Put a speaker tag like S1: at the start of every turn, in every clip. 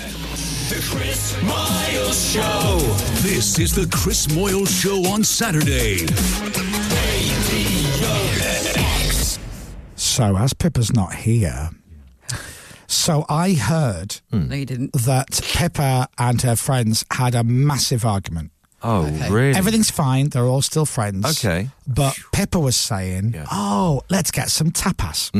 S1: The Chris Miles Show.
S2: This is the Chris Moyle Show on Saturday.
S3: So, as Pippa's not here, so I heard
S4: No, you didn't.
S3: that Pippa and her friends had a massive argument.
S5: Oh, really?
S3: Everything's fine; they're all still friends.
S5: Okay.
S3: but Pippa was saying,
S5: Yeah. Mm.
S3: "Oh, let's get some tapas."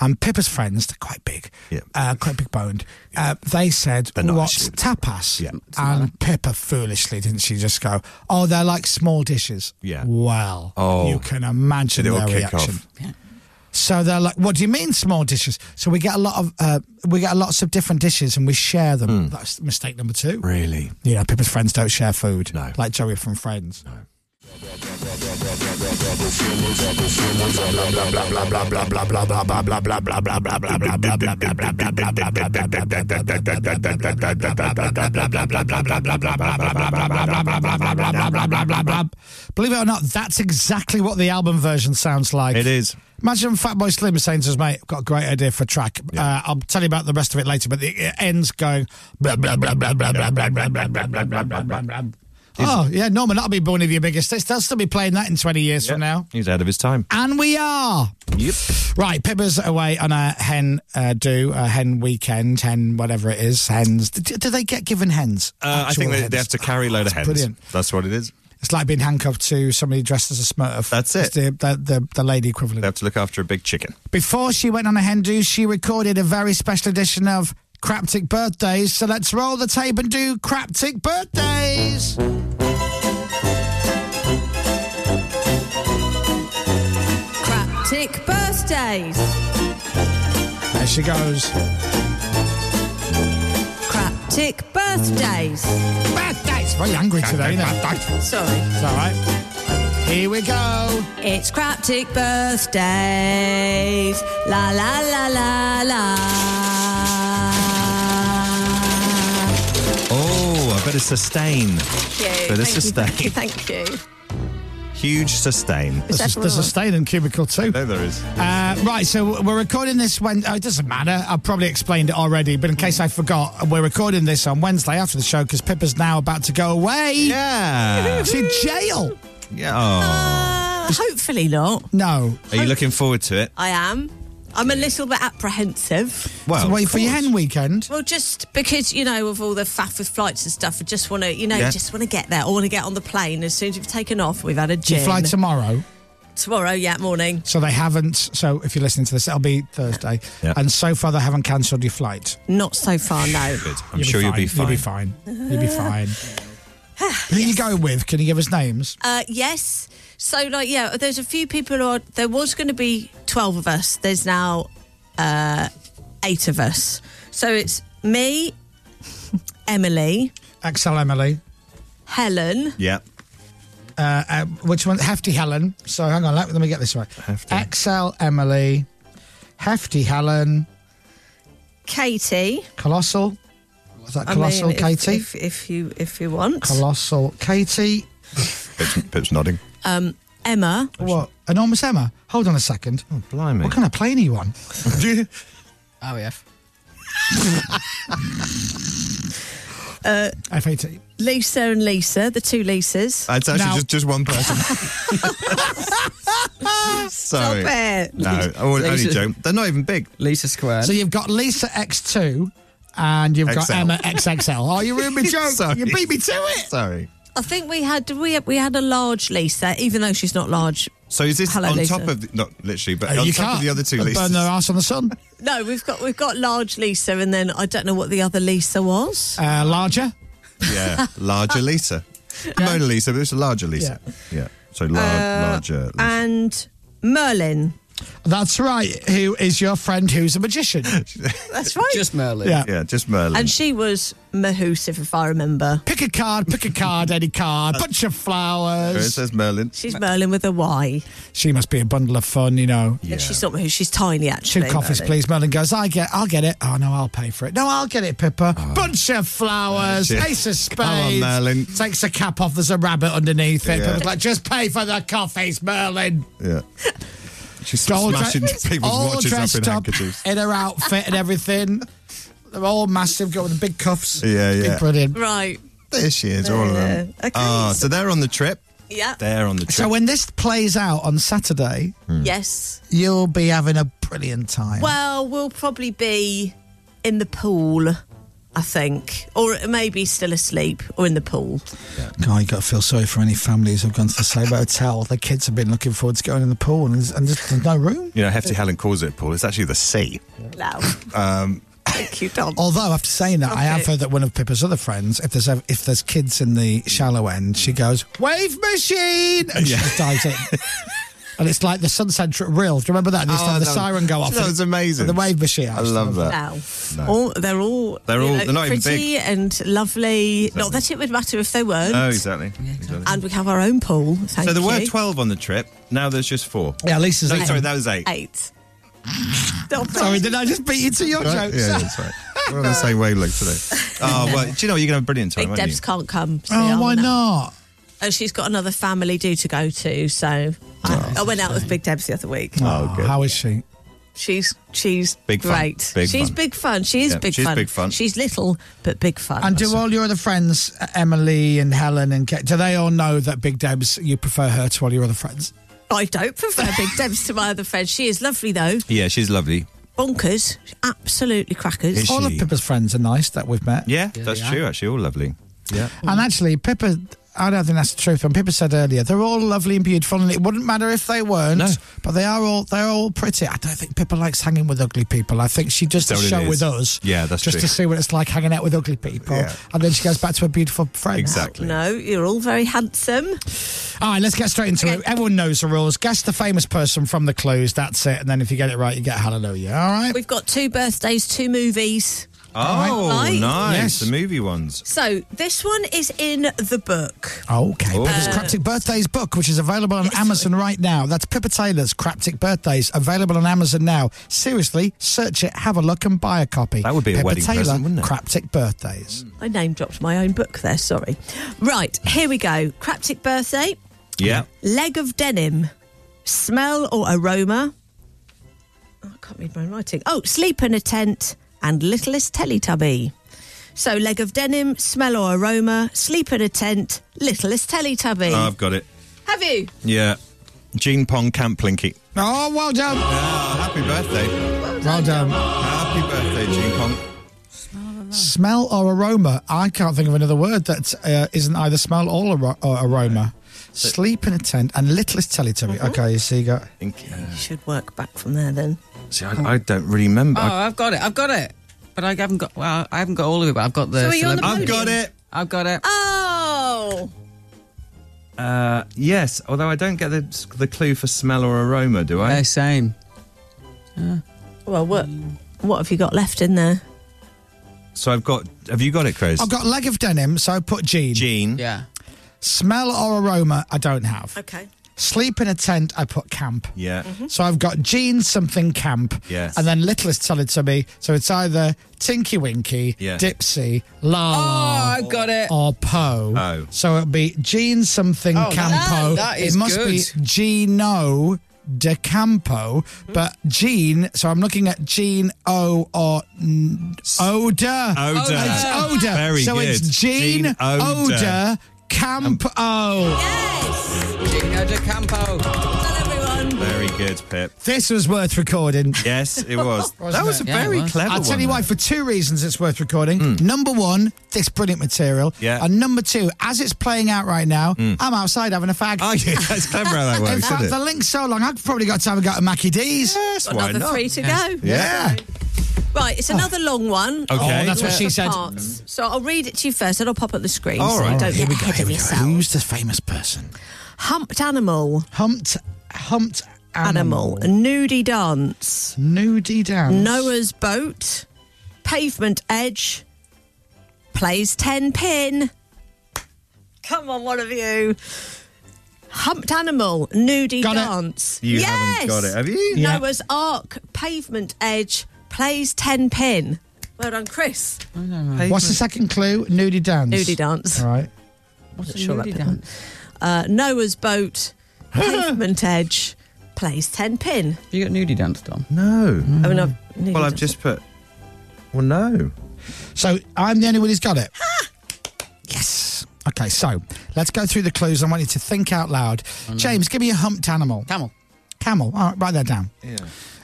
S3: And Pippa's friends, they're quite big,
S5: Yeah.
S3: uh, quite big boned. Uh, they said,
S5: They're not
S3: "What's
S5: actually-
S3: tapas?"
S5: Yeah.
S3: And Pippa foolishly didn't she just go, "Oh, they're like small dishes."
S5: Yeah.
S3: Well,
S5: Oh.
S3: you can imagine
S5: They will
S3: their
S5: kick off.
S3: reaction.
S4: Yeah.
S3: So they're like, "What do you mean small dishes?" So we get a lot of uh, we get lots of different dishes and we share them.
S5: Hmm.
S3: That's mistake number two.
S5: Really?
S3: You know, people's friends don't share food.
S5: No.
S3: Like Joey from Friends. No. Believe it or not, that's exactly what the album version sounds like.
S5: It is.
S3: Imagine Fatboy Slim saying to us, mate, I've got a great idea for a track. Uh, I'll tell you about the rest of it later, but it it ends going blah, blah, blah, blah, blah, blah, blah, blah, blah, blah, blah, blah, blah, blah, blah. Oh, yeah, Norman, that'll be one of your biggest hits. They'll still be playing that in 20 years from now.
S5: He's out of his time.
S3: And we are.
S5: Yep.
S3: Right, Pippa's away on a hen uh, do, a hen weekend, hen whatever it is, hens. Do, do they get given hens?
S5: Uh, I
S3: Actual
S5: think they,
S3: hens?
S5: they have to carry a load of
S3: That's
S5: heads.
S3: Brilliant.
S5: That's what it is.
S3: It's like being handcuffed to somebody dressed as a smurf.
S5: That's
S3: It's the, the, the, the lady equivalent.
S5: They have to look after a big chicken.
S3: Before she went on a hen do, she recorded a very special edition of Craptic Birthdays. So let's roll the tape and do Craptic Birthdays.
S6: Craptic birthdays.
S3: There she goes.
S6: Craptic birthdays.
S3: Birthdays. Very angry today, isn't it?
S6: Sorry.
S3: It's all right. Here we go.
S6: It's craptic birthdays. La la la la la.
S5: Oh, I better sustain.
S6: Thank
S5: Better
S6: Thank you.
S5: sustain.
S6: Thank you. Thank you.
S5: Huge sustain.
S6: Is that
S3: There's a,
S6: for
S3: there's a
S6: us?
S3: stain in cubicle too.
S5: No, there is.
S3: Uh, right, so we're recording this when oh, it doesn't matter. I've probably explained it already, but in case I forgot, we're recording this on Wednesday after the show because Pippa's now about to go away
S5: Yeah.
S3: to jail.
S5: yeah. Oh.
S6: Uh, hopefully not.
S3: No,
S5: Are you looking forward to it?
S6: I am. I'm a little bit apprehensive.
S5: Well,
S3: to wait for your
S5: of course.
S3: hen weekend.
S6: Well, just because you know of all the faff with flights and stuff, I just want to, you know,
S5: Yeah.
S6: just want to get there. I want to get on the plane as soon as we've taken off. We've had a
S3: Do
S6: gin
S3: you fly tomorrow?
S6: tomorrow. Yeah, morning.
S3: So they haven't. So if you're listening to this, it'll be Thursday.
S5: Yeah.
S3: And so far, they haven't cancelled your flight.
S6: Not so far, no.
S5: Good. I'm
S3: You'll
S5: sure you'll be
S3: You'll
S5: fine.
S3: be fine. You'll be fine. Who you going with? Can you give us names?
S6: Uh, yes. So, like, yeah, there's a few people who are. There was going to be 12 of us. There's now uh, eight of us. So it's me, Emily,
S3: Excel Emily.
S6: Helen,
S5: Yeah.
S3: Uh, uh, which one? Hefty Helen. So hang on, let, let me get this right.
S5: Hefty.
S3: Excel Emily, Hefty Helen,
S6: Katie.
S3: Colossal. Was that
S6: I
S3: Colossal
S6: mean, if-
S3: Katie?
S6: If, if you if you want.
S3: Colossal Katie.
S5: Pip's, Pip's nodding.
S6: Um, Emma.
S3: What? Enormous Emma. Hold on a second.
S5: Oh, Blimey.
S3: What kind of plane are you on?
S4: Oh, yeah.
S3: F18.
S6: Uh, Lisa and Lisa, the two Lisas.
S5: It's actually
S3: Now-
S5: just, just one person.
S6: Stop
S5: Sorry.
S6: it.
S5: No, I won't- only
S4: Lisa-
S5: joke. They're not even big.
S4: Lisa Square.
S3: So you've got Lisa X2 and you've got
S5: XL.
S3: Emma XXL. Oh, you ruined my joke.
S5: Sorry.
S3: You beat me to it.
S5: Sorry.
S6: I think we had we had, we had a large Lisa, even though she's not large.
S5: So is this
S6: Hello,
S5: on
S6: Lisa.
S5: top of the, not literally, but
S3: Uh,
S5: on
S3: you
S5: top
S3: can't
S5: of the other two
S3: burn
S5: Lisas?
S3: their ass on the sun.
S6: No, we've got we've got large Lisa, and then I don't know what the other Lisa was.
S3: Uh, larger.
S5: Yeah, larger Lisa. Mona Lisa, but it's a larger Lisa. Yeah. So lar-
S6: Uh,
S5: larger Lisa.
S6: and Merlin.
S3: That's right. Who is your friend? Who's a magician?
S6: That's right.
S4: Just Merlin.
S3: Yeah.
S5: yeah, just Merlin.
S6: and she was Mahusif, if I remember.
S3: Pick a card. Pick a card. Any card. Bunch of
S5: There it
S3: flowers.
S5: says Merlin.
S6: She's Merlin with a Y.
S3: She must be a bundle of fun. You know.
S5: Yeah.
S6: And she's not Mahusif, she's tiny
S3: Two
S6: actually.
S3: coffees,
S6: Merlin.
S3: please. Merlin goes. I get. I'll get it. Oh no, I'll pay for it. No, I'll get it, Pippa. Bunch of flowers.
S5: Oh. That's it.
S3: Ace of
S5: Come on,
S3: spades.
S5: Merlin.
S3: Takes the cap off. There's a rabbit underneath it.
S5: Yeah.
S3: Pippa's like, just pay for the coffees, Merlin.
S5: Yeah. She's
S3: All
S5: smashing
S3: dre-
S5: people's
S3: all
S5: watches up
S3: dressed
S5: in
S3: up
S5: handkerchiefs.
S3: in her outfit and everything. They're all massive, got with the big cuffs.
S5: Yeah,
S3: Big
S5: yeah.
S3: brilliant.
S6: Right.
S5: There she is, all of them.
S6: There. Okay,
S5: Ah, so they're on the trip.
S6: Yeah.
S5: They're on the trip. Hmm.
S3: So when this plays out on Saturday,
S6: Yes.
S3: you'll be having a brilliant time.
S6: Well, we'll probably be in the pool, I think, or maybe still asleep or in the pool.
S3: God, you got to feel sorry for any families who've gone to the same hotel. The kids have been looking forward to going in the pool, and, there's- and just, there's no room.
S5: you know, Hefty Helen calls it Paul. It's actually the Um, sea.
S6: No. Thank you, Don.
S3: Although after saying that, I have
S6: Okay.
S3: heard that one of Pippa's other friends, if there's ev- if there's kids in the shallow end, she goes wave machine and she just dives in. And it's like the Sunset Reel. Do you remember that? They used to
S5: Oh,
S3: have the
S5: that was-
S3: siren go off.
S5: that
S3: and-
S5: was amazing.
S3: and the wave machine.
S5: I love that.
S6: No.
S5: No.
S6: All, they're all
S5: They're
S6: you
S5: all-
S6: know,
S5: they're not even
S6: pretty and lovely. Not that it would matter if they weren't.
S5: Oh, exactly. exactly.
S6: And we have our own pool. Thank
S5: So there were
S6: you.
S5: 12 on the trip. Now there's just four.
S3: Yeah, Lisa's
S5: No,
S3: eating.
S5: sorry, that was eight.
S6: Eight. Stop it.
S3: Sorry, did I just beat you to your
S5: Right?
S3: jokes?
S5: Yeah, that's right. We're on the same wavelength today. Oh, well, do you know, you're going to have a brilliant time,
S6: Big
S5: aren't
S6: Debs
S5: you?
S6: can't come. so
S3: Oh,
S6: I'm
S3: why
S6: not-
S3: not?
S6: Oh, she's got another family due to go to, so I, I went out with Big Debs the other week.
S5: Oh, good.
S3: How is she?
S6: She's she's
S5: Big fun.
S6: great.
S5: Big
S6: she's
S5: fun.
S6: big fun. She is
S5: Yeah,
S6: big
S5: she's
S6: fun.
S5: big fun.
S6: She's little but big fun.
S3: And do all your other friends, uh, Emily and Helen and Kate, do they all know that Big Debs, you prefer her to all your other friends?
S6: I don't prefer Big Debs to my other friend. She is lovely though.
S5: Yeah, she's lovely.
S6: Bonkers, absolutely crackers.
S5: Is she?
S3: All of Pippa's friends are nice that we've met.
S5: Yeah, that's true, actually. All lovely. Yeah.
S3: And actually, Pippa, I don't think that's the truth. And Pippa said earlier, they're all lovely and beautiful, and it wouldn't matter if they weren't.
S5: No.
S3: But they are all they're all pretty. I don't think Pippa likes hanging with ugly people. I think she just
S5: Is that
S3: does
S5: what it
S3: show
S5: is?
S3: with us.
S5: Yeah, that's
S3: just
S5: true.
S3: to see what it's like hanging out with ugly people,
S5: Yeah.
S3: and then she goes back to her beautiful friends.
S5: Exactly.
S6: No, you're all very handsome.
S3: All right, let's get straight into it.
S6: Okay.
S3: Everyone knows the rules. Guess the famous person from the clues. That's it. And then if you get it right, you get hallelujah. All right.
S6: We've got two birthdays, two movies.
S5: Oh,
S6: Right.
S5: nice.
S3: Yes.
S5: The movie ones.
S6: So this one is in the book.
S3: Okay,
S5: Oh.
S3: Pippa's
S5: Uh,
S3: Craptic Birthdays book, which is available on Amazon right now. That's Pippa Taylor's Craptic Birthdays, available on Amazon now. Seriously, search it, have a look, and buy a copy.
S5: That would be a
S3: Pippa
S5: wedding
S3: Taylor,
S5: present, wouldn't it?
S3: Craptic Birthdays.
S6: I name dropped my own book there. Sorry. Right here we go. Craptic birthday.
S5: Yeah.
S6: Leg of denim. Smell or aroma? Oh, I can't read my own writing. Oh, sleep in a tent and littlest Teletubby. So, leg of denim, smell or aroma, sleep in a tent, littlest Teletubby.
S5: Oh, I've got it.
S6: Have you?
S5: Yeah. Gene Pong Camp Plinky.
S3: Oh, well done.
S5: Oh, happy birthday.
S3: Mm. Well done.
S5: Happy birthday, Gene Pong.
S3: Smell or aroma? I can't think of another word that uh, isn't either smell or, ar- or aroma. Sleep in a tent and littlest Teletubby.
S5: Mm-hmm.
S3: Okay, so you got.
S5: Think- uh,
S6: You should work back from there then.
S5: see, I, I don't really remember.
S4: Oh, I've got it. I've got it. But I haven't got. Well, I haven't got all of it. But I've got the.
S6: So are you on the
S4: celebrity-
S5: I've got it.
S4: I've got it.
S6: Oh!
S5: Uh, yes, although I don't get the, the clue for smell or aroma, do I?
S4: No, same.
S6: Well, what, what have you got left in there?
S5: So I've got. Have you got it, Chris?
S3: I've got leg of denim, so I put jean.
S5: Gene.
S4: Yeah.
S3: Smell or aroma? I don't have.
S6: Okay.
S3: Sleep in a tent, I put camp.
S5: Yeah.
S3: So I've got Jean something camp.
S5: Yes.
S3: And then Littlest Teletubby. So it's either Tinky Winky,
S5: Yeah.
S3: Dipsy, La,
S4: Oh, I've got it.
S3: or Poe.
S5: Oh.
S3: So it'll be Jean something
S4: Oh,
S3: Campo.
S4: that- that is
S3: it must be
S4: good.
S3: Gino de Campo, but Jean. So I'm looking at Jean O or n- Oda.
S5: Oda.
S3: It's Oh, Oda.
S5: Very
S3: so it's
S5: good.
S3: Jean,
S5: Jean Oda. Um,
S3: Oda Campo. Oh,
S6: Yes!
S4: Gino De Campo.
S6: Well done, everyone.
S5: Very good, Pip.
S3: This was worth recording.
S5: Yes, it was. that
S3: Wasn't
S5: was
S3: it?
S5: a
S4: Yeah, it
S5: very
S4: was.
S5: clever
S3: I'll tell
S5: one,
S3: you
S5: though.
S3: why, for two reasons it's worth recording. Number one, this brilliant material.
S5: Hmm. Yeah. Hmm.
S3: And number two, as it's playing out right now, I'm outside having a fag.
S5: Oh, yeah, that's clever how that
S3: In
S5: works,
S3: fact,
S5: isn't
S3: the
S5: it?
S3: link's so long, I've probably got time to go to Mackie D's.
S5: Yes,
S6: Got
S5: why
S6: another
S5: not?
S6: three to go.
S5: Yeah.
S6: Right, it's another long one.
S5: Okay.
S3: Oh, that's what she said.
S6: Parts. So I'll read it to you first, and I'll pop up the screen.
S5: All
S6: so you
S5: right.
S6: don't
S3: Here
S6: get
S3: we go.
S6: ahead
S3: Here
S6: of
S3: we go.
S6: yourself.
S3: Who's the famous person?
S6: Humped animal,
S3: Humped, humped
S6: animal,
S3: animal.
S6: nudie dance,
S3: Nudie down.
S6: Noah's boat, pavement edge, plays ten pin. Come on, one of you. Humped animal, nudie
S3: Got it.
S6: dance.
S5: You
S6: yes.
S5: haven't got it, have you?
S3: Yeah.
S6: Noah's arc, pavement edge, plays ten pin. Well done, Chris.
S3: What's the second clue? Nudie dance.
S6: Nudie dance.
S3: All right.
S4: What's
S6: sure that people- uh, Noah's boat, pavement edge, plays 10 pin.
S4: You got nudie dance, Dom.
S5: No.
S6: Mm. I mean, I've,
S5: Well, I've just put. Well, no.
S3: So I'm the only one who's got it. yes. Okay, so let's go through the clues. I want you to think out loud.
S5: Mm.
S3: James, give me a humped animal.
S4: Camel.
S3: Camel. All right, write that down. Yeah.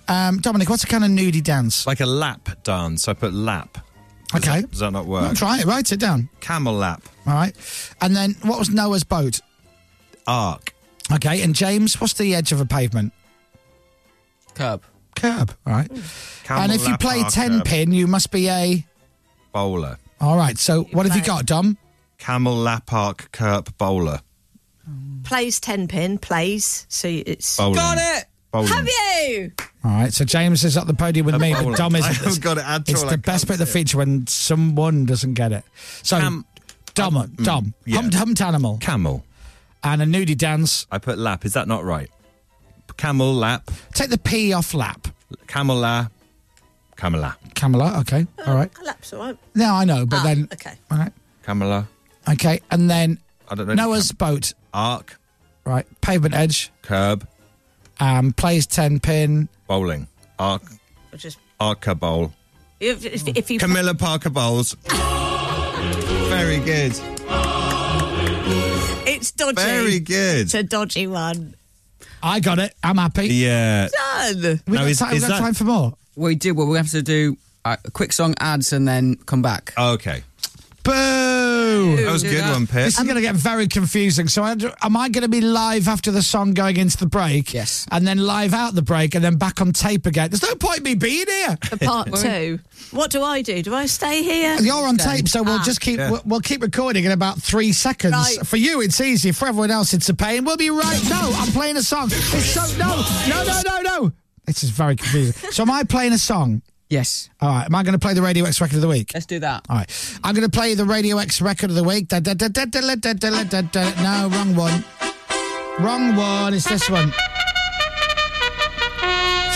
S3: Um, Dominic, what's a kind of nudie dance?
S5: Like a lap dance. So I put lap. Does
S3: Okay.
S5: that- does that not work?
S3: Try it. Write it down.
S5: Camel lap.
S3: All right. And then what was Noah's boat?
S5: Arc.
S3: Okay. And James, what's the edge of a pavement?
S4: Curb.
S3: Curb. All right.
S5: Camel
S3: and if you
S5: lap
S3: play
S5: arc,
S3: ten
S5: uh,
S3: pin, you must be a.
S5: Bowler.
S3: All right. So what have you got, Dom?
S5: Camel lap arc kerp bowler.
S6: Plays 10 pin, plays. So it's.
S5: Bowling.
S4: Got it!
S5: Bowling.
S6: Have you?
S3: All right. So James is at the podium with me, but
S5: bowler.
S3: Dom is.
S5: I haven't got it at
S3: It's
S5: all,
S3: the
S5: I
S3: best bit
S5: can't
S3: of the
S5: see it.
S3: feature when someone doesn't get it. So
S5: Cam- mm,
S3: Dom, Dom,
S5: yeah.
S3: humped, humped animal
S5: Camel.
S3: and a nudie dance.
S5: I put lap. Is that not right? Camel lap.
S3: Take the P off lap.
S5: Camel lap. Camela.
S3: Camela. Okay. All right.
S6: Lap's all right.
S3: No, I know, but
S6: Ah,
S3: then.
S6: okay.
S3: All right.
S5: Camela.
S3: Okay. And then
S5: I don't know.
S3: Noah's boat.
S5: Arc.
S3: Right. Pavement edge.
S5: Curb.
S3: Um, plays 10 pin.
S5: Bowling. Arc.
S6: Or Just,
S5: Arca bowl.
S6: if, if, if you.
S5: Camilla Parker Bowles. Very good.
S6: It's dodgy.
S5: Very good.
S6: It's a dodgy one.
S3: I got it. I'm happy.
S4: Uh,
S5: Yeah.
S6: Done.
S3: We've
S5: Now,
S3: got,
S5: is-
S3: time, we've
S5: is
S3: got
S5: that-
S3: time for more.
S4: We do, well, we have to do uh, a quick song, ads, and then come back.
S5: Okay.
S3: Boo!
S5: That was a
S4: do
S5: good
S4: that.
S5: one, Pip.
S3: This is going to get very confusing. So, I, am I going to be live after the song going into the break?
S4: Yes.
S3: And then live out the break and then back on tape again? There's no point me being here.
S6: The part two. What do I do? Do I stay here? Ah.
S3: You're on tape, so we'll just keep we'll, we'll keep recording in about three seconds.
S6: Right.
S3: For you, it's easy. For everyone else, it's a pain. We'll be right. No, I'm playing a song. It's so no, no, no, no, no. This is very confusing. so, am I playing a song?
S4: Yes.
S3: All right. Am I going to play the Radio X record of the week?
S4: Let's do that.
S3: All right. I'm going to play the Radio X record of the week. Da, da, da, da, da, da, da, da, da. No, wrong one. Wrong one. It's this one.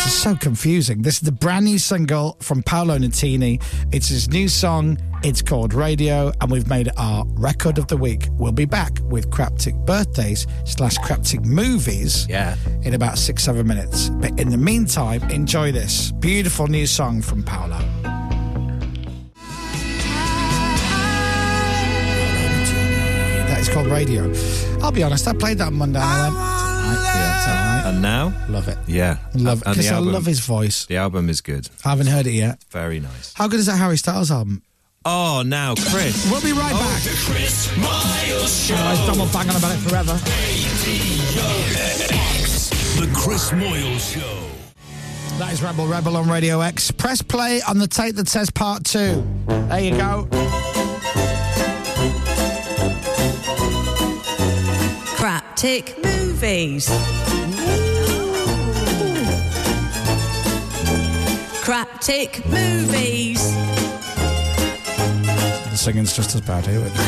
S3: This is so confusing. This is the brand new single from Paolo Nutini. It's his new song. It's called Radio, and we've made it our record of the week. We'll be back with Craptic Birthdays slash Craptic Movies
S5: Yeah.
S3: in about six, seven minutes. But in the meantime, enjoy this beautiful new song from Paolo. That is called Radio. I'll be honest, I played that on Monday and I went, "Right, yeah, it's all right."
S5: And now?
S3: love it.
S5: Yeah.
S3: Love
S5: And the
S3: Because I
S5: album,
S3: love his voice.
S5: The album is good.
S3: I haven't heard it yet.
S5: Very nice.
S3: How good is that Harry Styles album?
S5: Oh, now, Chris. Oh.
S3: We'll be right back.
S1: The Chris Miles Show.
S3: Otherwise, Dom will bang on about it forever.
S2: The Chris Moyle Show.
S3: That is Rebel Rebel on Radio X. Press play on the tape that says part two. There you go.
S6: Craptic movies. Craptic movies.
S3: The singing's just as bad eh, here. isn't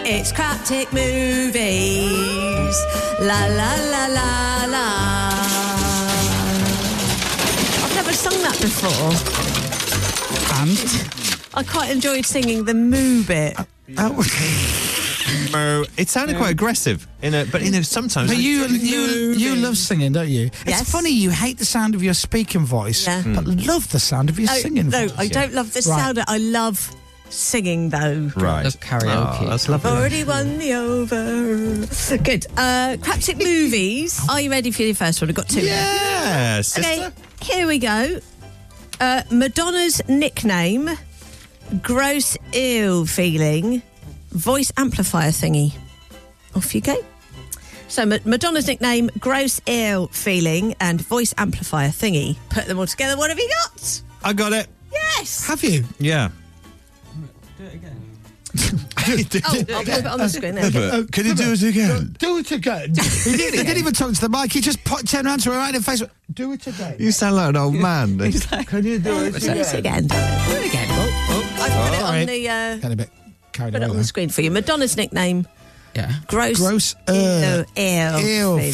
S3: it?
S6: It's Craptic movies. La la la la la. I've never sung that before.
S3: And.
S6: I quite enjoyed singing the moo bit.
S5: Mo- It sounded quite aggressive, in a, but in a, sometimes.
S3: But you, you, you love singing, don't you?
S6: Yes.
S3: It's funny you hate the sound of your speaking voice,
S6: Yeah.
S3: but
S5: Hmm.
S3: love the sound of your
S6: Oh,
S3: singing
S6: no,
S3: voice.
S6: I don't love the
S3: Right.
S6: sound. I love singing though.
S5: Right.
S4: Love karaoke.
S5: Oh, that's lovely.
S6: Already won me over. Good. Uh, Craptic movies. Are you ready for your first one? I've got two.
S5: Yeah, sister.
S6: Okay, here we go. Uh, Madonna's nickname, gross ill feeling, voice amplifier thingy. Off you go. So Ma- Madonna's nickname, gross ill feeling, and voice amplifier thingy. Put them all together. What have you got?
S5: I got it.
S6: Yes.
S3: Have you?
S5: Yeah.
S6: Oh, I'll put it on the screen. There. we go.
S3: Oh,
S5: Can you do it again?
S3: Do it again. he, didn't, he didn't even talk to the mic. He just put, turned around to her right in the face. went, Do it again.
S5: You sound like an
S3: Oh,
S5: old man.
S3: Can you do it?
S6: Do it again. Do it again. I put oh, it
S3: Sorry.
S6: on the uh,
S3: Kind of bit carried
S6: put it on
S3: away.
S6: the screen for you. Madonna's nickname,
S4: Yeah.
S6: gross,
S3: Gross, uh,
S6: ill, ill,
S3: Ill
S6: feeling.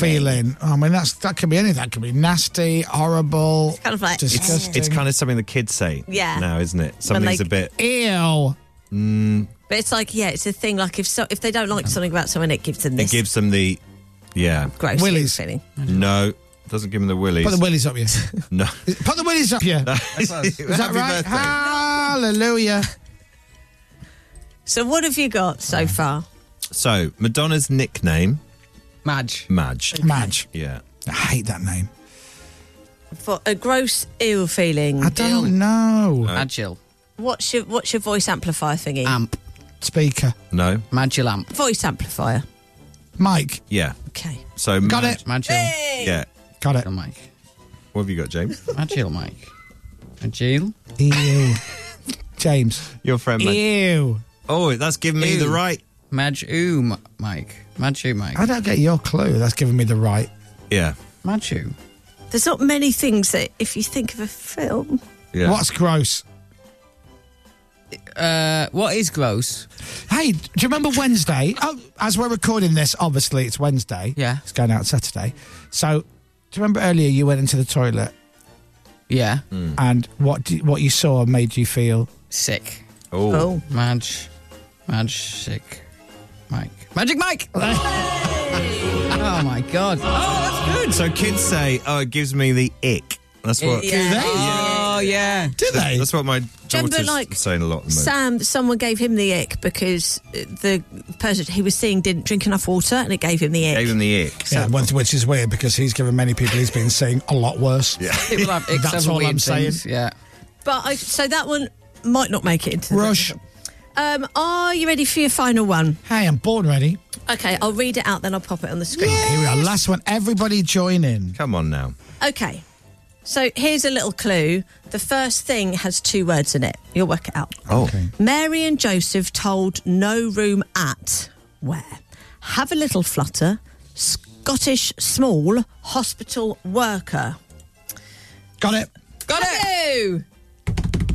S3: feeling. Oh, I mean, that's that can be anything. That can be nasty, horrible,
S6: kind of like-
S3: disgusting.
S5: It's kind of something the kids say
S6: Yeah.
S5: now, isn't it? Something's
S6: like-
S5: a bit. mm,
S3: ill.
S6: But it's like, yeah, it's a thing. Like if so, if they don't like something about someone, it gives them
S5: It
S6: this
S5: gives them the. Yeah.
S6: gross
S3: willies.
S6: feeling.
S5: No. Doesn't give them the willies.
S3: Put the willies up you.
S5: no.
S3: Put the willies up you. Is that
S5: Happy
S3: right?
S5: birthday.
S3: Hallelujah.
S6: So what have you got so far?
S5: So Madonna's nickname,
S4: Madge.
S5: Madge.
S3: Madge.
S5: Yeah.
S3: I hate that name.
S6: For a gross ill feeling.
S3: I don't know.
S4: Madgil.
S6: What's your what's your voice amplifier thingy?
S4: Amp.
S3: Speaker.
S5: No.
S4: Madgil amp.
S6: voice amplifier.
S3: Mike.
S5: Yeah.
S6: Okay. Oh
S5: So
S3: Got
S5: Madge-
S4: Madgil.
S5: Yeah.
S3: Got it.
S4: Madgil Mike.
S5: What have you got, James?
S4: Madgil Mike. Madgil.
S3: Ew. James.
S5: Your friend. Madge.
S3: Ew.
S5: Oh, that's giving me
S4: Ew.
S5: the right.
S4: Madge ooh M- Mike. Madge ooh Mike.
S3: I don't get your clue. That's giving me the right.
S5: Yeah.
S4: Madge ooh.
S6: There's not many things that if you think of a film.
S5: Yeah.
S3: What's gross?
S4: Uh, what is gross?
S3: Hey, do you remember Wednesday? Oh, as we're recording this, obviously it's Wednesday.
S4: Yeah.
S3: It's going out Saturday. So, do you remember earlier you went into the toilet
S4: Yeah.
S5: Hmm.
S3: and what do, what you saw made you feel?
S4: Sick.
S5: Oh.
S4: Madge. Madge sick. Mike. Magic Mike! oh my god.
S5: So kids say, "Oh, it gives me the ick." That's what.
S6: Yeah.
S4: Oh yeah.
S3: Do they?
S5: That's what my
S6: Remember,
S5: daughter's
S6: like,
S5: saying a lot. at the
S6: Sam,
S5: moment.
S6: someone gave him the ick because uh, the person he was seeing didn't drink enough water, and it gave him the ick.
S5: Gave him the ick.
S3: Yeah, one- which is weird because he's given many people he's been seeing a lot worse. Yeah.
S4: People have icks
S3: That's
S4: over
S3: all I'm
S4: weird things.
S3: saying.
S4: Yeah.
S6: But I, so that one might not make it into the-
S3: Rush.
S6: Um, are you ready for your final one?
S3: Hey, I'm born ready.
S6: Okay, I'll read it out, then I'll pop it on the screen.
S3: Here we are. Last one. Everybody join in.
S5: Come on now.
S6: Okay. So here's a little clue. The first thing has two words in it. You'll work it out.
S5: Oh.
S6: Mary and Joseph told no room at where? Have a little flutter, Scottish small hospital worker.
S3: Got it.
S6: Got it!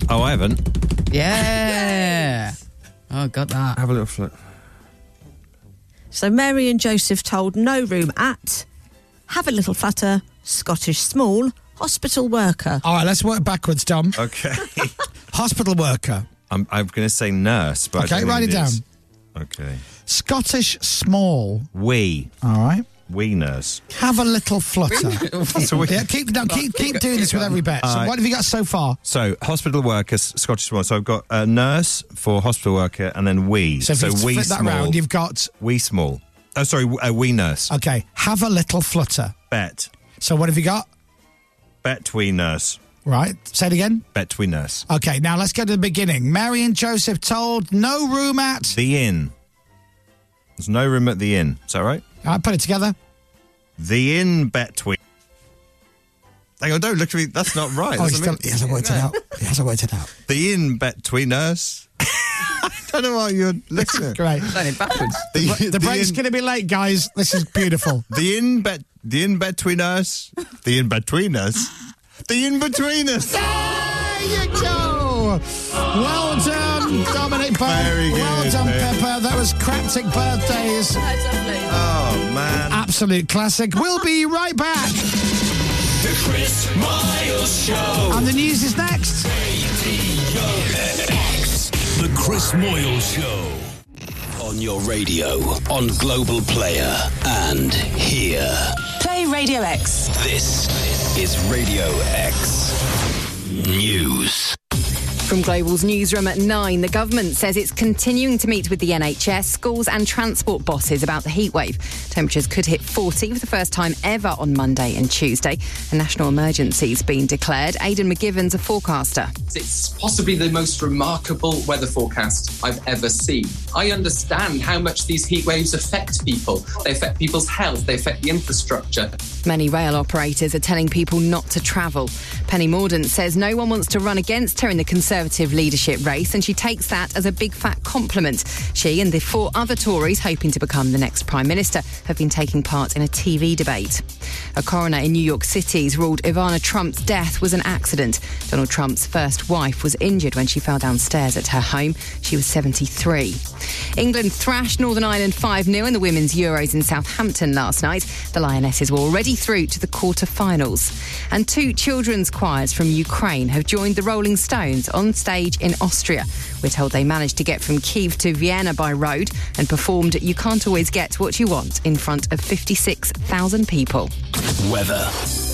S5: Oh, I haven't.
S4: Yeah. Oh, got that.
S5: Have a little flip.
S6: So Mary and Joseph told no room at have a little flutter, Scottish small hospital worker.
S3: All right, let's work backwards, Tom.
S5: Okay.
S3: Hospital worker.
S5: I'm, I'm going to say nurse, but I
S3: Okay,
S5: don't
S3: write
S5: think
S3: it
S5: is. Okay.
S3: Scottish small.
S5: We.
S3: All right.
S5: We nurse.
S3: Have a little flutter.
S5: So we.
S3: yeah, keep, no, keep, keep doing this with every bet. So,
S5: All right.
S3: what have you got so far?
S5: So hospital workers, Scottish small. So I've got a nurse for hospital worker, and then we.
S3: So, if you
S5: we
S3: flip
S5: small.
S3: that round, you've got,
S5: we small. Oh, sorry. w- Uh, we nurse.
S3: okay, have a little flutter.
S5: Bet.
S3: So, what have you got?
S5: Bet we nurse.
S3: Right. Say it again.
S5: Bet we nurse.
S3: Okay, now let's go to the beginning. Mary and Joseph told no room at.
S5: The inn. There's no room at the inn. Is that right?
S3: All right, put it together.
S5: The inn bet we. Hang on, don't look at me. That's not right.
S3: Oh,
S5: That's
S3: he's
S5: what I
S3: still,
S5: mean.
S3: he hasn't worked it out. He hasn't worked it out.
S5: The inn between us. I don't know why you're looking at.
S3: Great.
S4: Done it backwards.
S5: The,
S3: The break's
S5: inn-
S3: going to be late, guys. This is beautiful.
S5: The in bet the in between us. The in between us. The in between us.
S3: there you go. Well done, Dominic Byrne.
S5: Very good,
S3: Well done,
S5: mate.
S3: Pepper. That was Craptic Birthdays.
S5: Oh man.
S3: Absolute classic. We'll be right back.
S1: The Chris Miles Show.
S3: And the news is next.
S2: The Chris Moyle Show.
S1: On your radio, on Global Player, and here.
S7: Play Radio X.
S1: This is Radio X News.
S8: From Global's newsroom at nine, the government says it's continuing to meet with the NHS, schools, and transport bosses about the heatwave. Temperatures could hit 40 for the first time ever on Monday and Tuesday. A national emergency's been declared. Aidan McGivern's a forecaster.
S9: It's possibly the most remarkable weather forecast I've ever seen. I understand how much these heat waves affect people. They affect people's health, they affect the infrastructure.
S8: Many rail operators are telling people not to travel. Penny Mordaunt says no one wants to run against her in the Conservative leadership race, and she takes that as a big fat compliment. She and the four other Tories hoping to become the next Prime Minister have been taking part in a TV debate. A coroner in New York City has ruled Ivana Trump's death was an accident. Donald Trump's first wife was injured when she fell downstairs at her home. She was 73. England thrashed Northern Ireland 5 0 in the Women's Euros in Southampton last night. The Lionesses were already through to the quarter-finals. And two children's choirs from Ukraine have joined the Rolling Stones on stage in Austria. We're told they managed to get from Kiev to Vienna by road and performed You Can't Always Get What You Want in front of 56,000 people.
S1: Weather.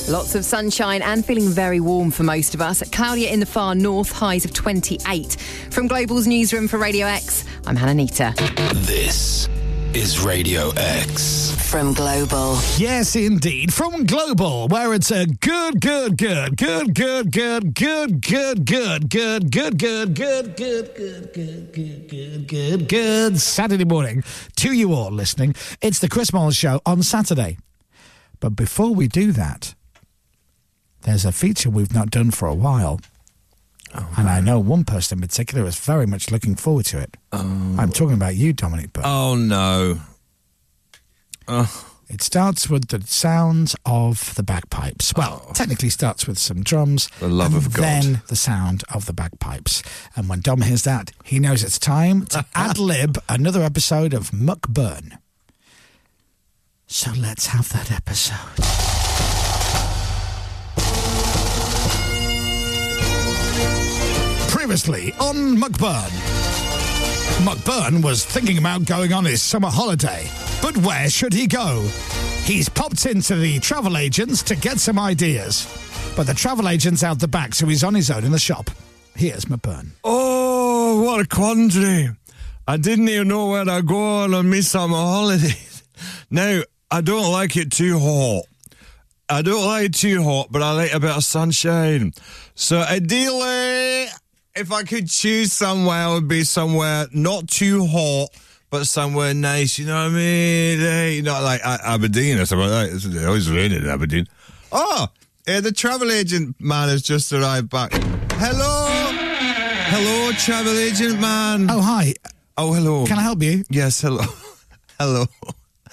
S8: Lots of sunshine and feeling very warm for most of us. Cloudier in the far north, highs of 28. From Global's newsroom for Radio X, I'm Hannah Nita.
S10: This is Radio X.
S11: From Global.
S3: Yes, indeed. From Global, where it's a good, good, good, good, good, good, good, good, good, good, good, good, good, good, good, good, good, good, good, good Saturday morning to you all listening. It's the Chris Moyles Show on Saturday. But before we do that, there's a feature we've not done for a while. and I know one person in particular is very much looking forward to it. I'm talking about you, Dominic. But
S12: Oh no.
S3: It starts with the sounds of the bagpipes. Well, technically starts with some drums.
S12: Oh. The love
S3: and
S12: of God.
S3: Then the sound of the bagpipes. And when Dom hears that, he knows it's time to ad lib another episode of Muckburn. So let's have that episode. Previously on Muckburn. McBurn was thinking about going on his summer holiday, but where should he go? He's popped into the travel agents to get some ideas, but the travel agent's out the back, so he's on his own in the shop. Here's McBurn.
S5: Oh, what a quandary. I didn't even know where to go on a midsummer holiday. Now, I don't like it too hot. I don't like it too hot, but I like a bit of sunshine. So, ideally, if I could choose somewhere, it would be somewhere not too hot, but somewhere nice. You know what I mean? Eh, You know, like A- Aberdeen or something like that. It's- It always raining in Aberdeen. Oh, eh, the travel agent man has just arrived back. Hello. Hello, travel agent man.
S3: Oh, hi.
S5: Oh, hello.
S3: Can I help you?
S5: Yes, hello. hello.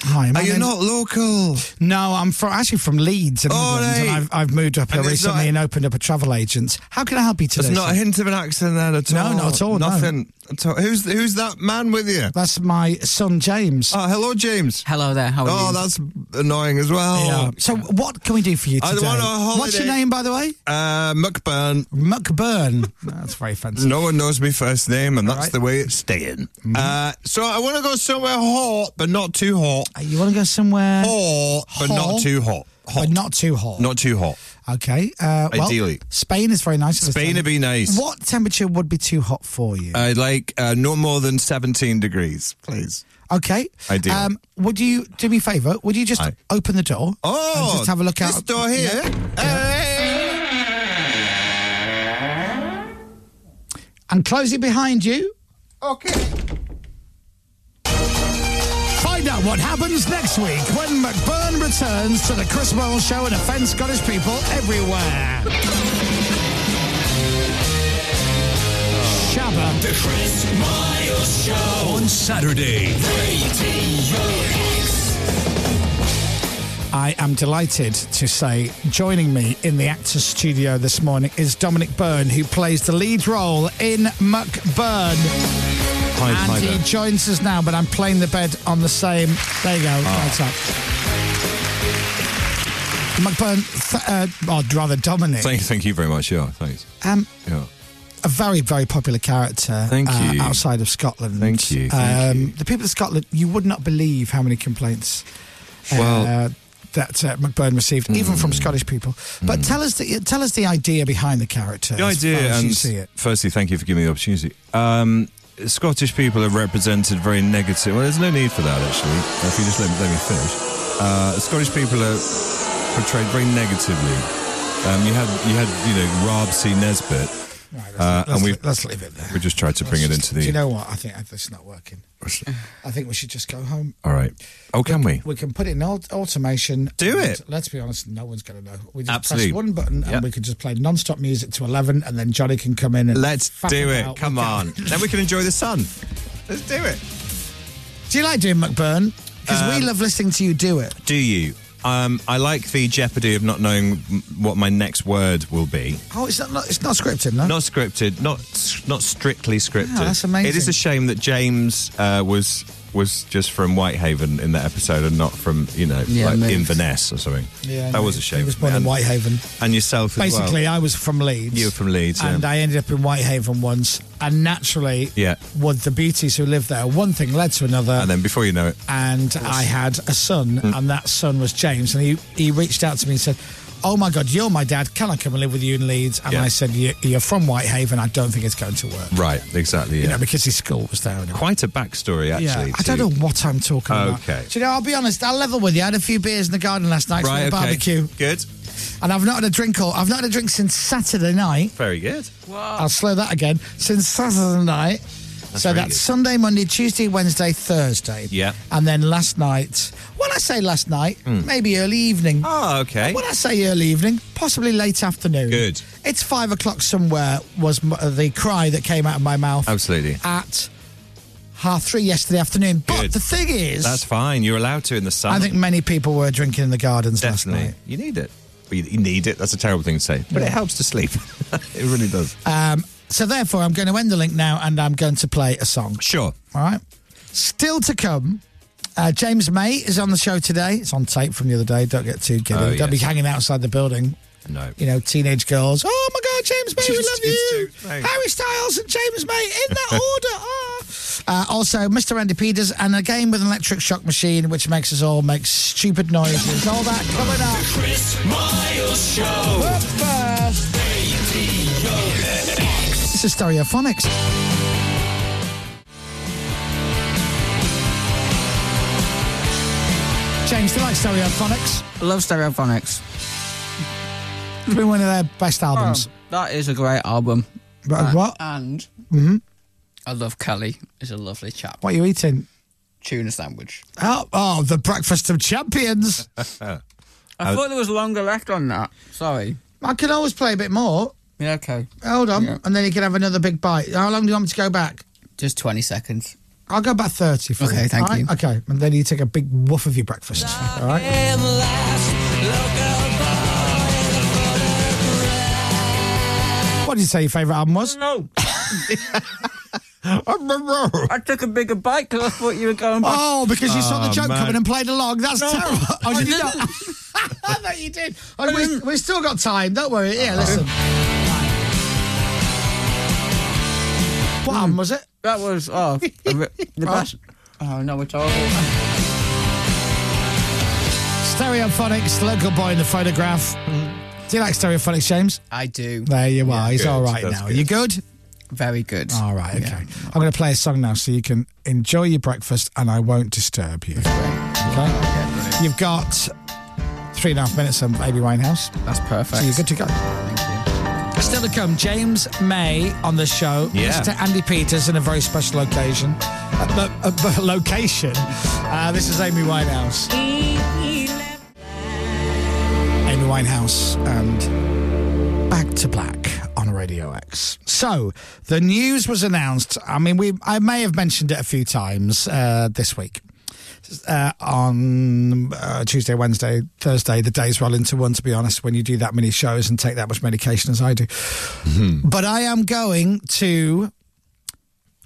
S3: Hi. my
S5: Are you
S3: name's-
S5: not local?
S3: No, I'm from, actually from Leeds in
S5: Oh,
S3: England, and
S5: right.
S3: I've, I've moved up here
S5: And it's not
S3: recently
S5: a-
S3: and opened up a travel agent. How can I help you today?
S5: There's not
S3: sir?
S5: a hint of an accent there at
S3: No,
S5: all.
S3: not at all, no.
S5: Nothing at all. Who's who's that man with you?
S3: That's my son, James.
S5: Oh, hello, James.
S13: Hello there. How are
S5: Oh,
S13: you?
S5: that's annoying as well.
S3: Yeah. So, what can we do for you
S5: I
S3: today?
S5: want a
S3: What's your
S5: holiday.
S3: name, by the way?
S5: Uh, McBurn.
S3: McBurn. That's very fancy.
S5: No one knows my first name, and that's
S3: right. Mm.
S5: the way it's staying. Uh, so I want to go somewhere hot, but not too hot.
S3: Uh, You want to go somewhere?
S5: Hot, but
S3: Hot.
S5: not too hot. Hot,
S3: But not too hot.
S5: not too hot.
S3: okay. Uh, well,
S5: Ideally.
S3: Spain is very nice. at this
S5: Spain
S3: time.
S5: would be nice.
S3: What temperature would be too hot for you?
S5: I like uh, no more than 17 degrees, please.
S3: okay. Um,
S5: ideal.
S3: would you do me a favour? Would you just
S5: Aye.
S3: open the door?
S5: Oh,
S3: and just have a look out
S5: This door here.
S3: Yeah.
S5: Hey!
S3: and close it behind you.
S5: Okay.
S3: Find out what happens next week when McBurn returns to the Chris Moyle Show and offend Scottish people everywhere. Shabba.
S1: The Chris Miles Show on Saturday.
S3: I am delighted to say joining me in the Actors Studio this morning is Dominic Byrne, who plays the lead role in McBurn.
S5: Hi,
S3: and
S5: hi
S3: he
S5: there.
S3: joins us now, but I'm playing the bed on the same. There you go.
S5: Ah.
S3: That's up. McBurn, th- uh, or rather Dominic,
S5: Thank, thank you very much. Yeah, thanks.
S3: um,
S5: Yeah.
S3: a very, very popular character
S5: Thank
S3: uh,
S5: you.
S3: outside of Scotland. Um,
S5: Thank you, thank you.
S3: The people of Scotland, you would not believe how many complaints uh,
S5: Well- Hmm.
S3: that uh, McBurn received, even from Scottish people. But tell us the tell us the idea behind the character.
S5: The
S3: as
S5: idea,
S3: far as
S5: and
S3: you see it.
S5: firstly, thank you for giving me the opportunity. Um, Scottish people are represented very negative. Well, there's no need for that, actually. If you just let me, let me finish. Uh, Scottish people are portrayed very negatively. Um, you had, you had, you know, Rob C. Nesbitt.
S3: Right,
S5: Uh,
S3: let's,
S5: and
S3: let's,
S5: we
S3: let's leave it there.
S5: We just tried to
S3: Let's
S5: bring it
S3: just-
S5: into the.
S3: Do you know what? I think that's not working. I think we should just go home.
S5: All right. Oh, can we?
S3: We can put it in alt- automation.
S5: Do
S3: and
S5: it.
S3: Let's be honest, no one's going to know. We just
S5: Absolutely.
S3: press one button
S5: Yeah.
S3: and we can just play non-stop music to 11 and then Johnny can come in and...
S5: Let's
S3: faff
S5: do
S3: about.
S5: it. Come
S3: Okay.
S5: on. then we can enjoy the sun. Let's do it. Um,
S3: Do you like doing McBurn? Because we love listening to you do it.
S5: Do you? Um, I like the jeopardy of not knowing m- what my next word will be.
S3: Oh, it's not, not it's not scripted, no?
S5: Not scripted, not s- not strictly scripted.
S3: Wow, that's amazing.
S5: It is a shame that James uh, was was just from Whitehaven in that episode and not from you know
S13: Yeah,
S5: like
S13: maybe.
S5: Inverness or something.
S3: Yeah,
S5: that
S3: no,
S5: was a shame.
S3: He was born in
S5: And-
S3: Whitehaven.
S5: And yourself as well.
S3: Basically, I was from Leeds.
S5: You were from Leeds, yeah.
S3: And I ended up in Whitehaven once. And naturally,
S5: Yeah.
S3: with the beauties who lived there, one thing led to another.
S5: And then before you know it, Mm.
S3: and I had a son, and that son was James. And he, he reached out to me and said, oh my God, you're my dad. Can I come and live with you in Leeds? And
S5: Yeah.
S3: I said, "You- you're from Whitehaven. I don't think it's going to work.
S5: Right, exactly. Yeah.
S3: You know, because his school was there. And
S5: Quite a backstory, actually.
S3: yeah, I don't
S5: to-
S3: know what I'm talking about.
S5: Okay.
S3: Do you know, I'll be honest, I'll level with you. I had a few beers in the garden last night
S5: Right,
S3: from the
S5: okay.
S3: barbecue.
S5: Good.
S3: And I've not had a drink all, I've not had a drink since Saturday night.
S5: Very good.
S3: I'll slow that again. Since Saturday night. so
S5: very
S3: that's
S5: good.
S3: Sunday, Monday, Tuesday, Wednesday, Thursday.
S5: Yeah.
S3: And then last night, when I say last night, maybe early evening.
S5: Oh, okay.
S3: When I say early evening, possibly late afternoon.
S5: Good.
S3: It's five o'clock somewhere, was m- uh, the cry that came out of my mouth
S5: Absolutely.
S3: at half three yesterday afternoon. But
S5: Good.
S3: the thing is,
S5: That's fine. You're allowed to in the sun.
S3: I think many people were drinking in the gardens last
S5: Definitely.
S3: night.
S5: You need it. But you- you need it. That's a terrible thing to say. But it helps to sleep. it really does.
S3: Um, so therefore, I'm going to end the link now, and I'm going to play a song.
S5: Sure.
S3: All right. Still to come. Uh, James May is on the show today. It's on tape from the other day. Don't get too giddy.
S5: Oh,
S3: Don't be
S5: yes.
S3: hanging outside the building.
S5: No.
S3: You know, teenage girls. Oh my God, James May, we
S5: James-
S3: love
S5: James-
S3: you.
S5: James May.
S3: Harry Styles and James May in that order. Ah. Uh, also, Mr. Andy Peters and a game with an electric shock machine, which makes us all make stupid noises. All that coming up.
S1: Chris Miles Show.
S3: But first, this is Stereophonics. James, do you like Stereophonics?
S4: Love Stereophonics.
S3: It's been one of their best albums.
S4: That is a great album.
S3: But what?
S4: And I love Kelly. He's a lovely chap.
S3: Mm-hmm. What are you eating?
S4: Tuna sandwich.
S3: Oh, oh, the breakfast of champions.
S4: I thought there was longer left on that. Sorry.
S3: I can always play a bit more.
S4: Yeah, okay.
S3: Hold on,
S4: Yeah.
S3: and then you can have another big bite. How long do you want me to go back?
S4: Just 20 seconds.
S3: I'll go back 30 for
S4: Okay,
S3: you,
S4: thank
S3: alright?
S4: you.
S3: Okay, and then you take a big woof of your breakfast. All right. Oh, What did you say your favourite album was?
S4: No. I took a bigger bite because I thought you were going back.
S3: Oh, because you saw the
S5: Oh,
S3: joke
S5: man.
S3: coming and played along. That's terrible. Oh,
S4: I
S3: did you
S4: didn't.
S3: not? I bet you did. Oh,
S4: Um,
S3: we, we've still got time. Don't worry. Yeah, listen. What album was it?
S4: That was oh, a ri- the best. Oh no, it's horrible.
S3: Stereophonics, local boy in the photograph. Do you like Stereophonics, James?
S4: I do.
S3: There you are. He's
S5: good.
S3: all right
S5: That's
S3: now.
S5: good.
S3: You good?
S4: Very good.
S3: All right, okay. I'm going to play a song now so you can enjoy your breakfast and I won't disturb you. Okay? You've got three and a half minutes on Baby Winehouse,
S4: That's perfect.
S3: so you're good to go.
S4: Thank you.
S3: Still to come, James May on the show.
S5: Yeah.
S3: Mr. Andy Peters in a very special occasion. Uh, lo- uh, location. Uh, this is Amy Winehouse. Amy Winehouse and Back to Black on Radio X. So the news was announced. I mean, we I may have mentioned it a few times uh, this week. Uh, on uh, Tuesday, Wednesday, Thursday, the days roll into one, to be honest, when you do that many shows and take that much medication as I do.
S5: Hmm.
S3: But I am going to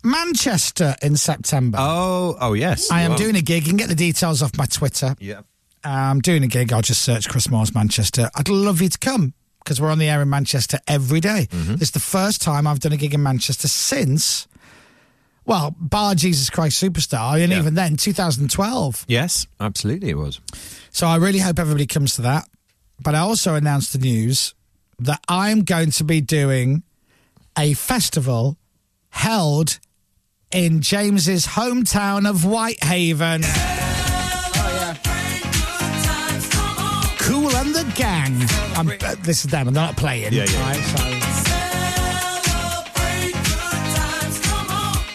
S3: Manchester in September.
S5: Oh, oh yes.
S3: I am
S5: Wow.
S3: doing a gig. You can get the details off my Twitter.
S5: Yeah.
S3: I'm doing a gig. I'll just search Chris Moore's Manchester. I'd love you to come because we're on the air in Manchester every day. It's the first time I've done a gig in Manchester since, well, bar Jesus Christ Superstar, and
S5: Yeah.
S3: even then, 2012.
S5: Yes, absolutely it was.
S3: So I really hope everybody comes to that. But I also announced the news that I'm going to be doing a festival held in James's hometown of Whitehaven. Cool and the gang. I'm, uh, this is them, and they're not playing.
S5: Yeah, yeah.
S3: right, so-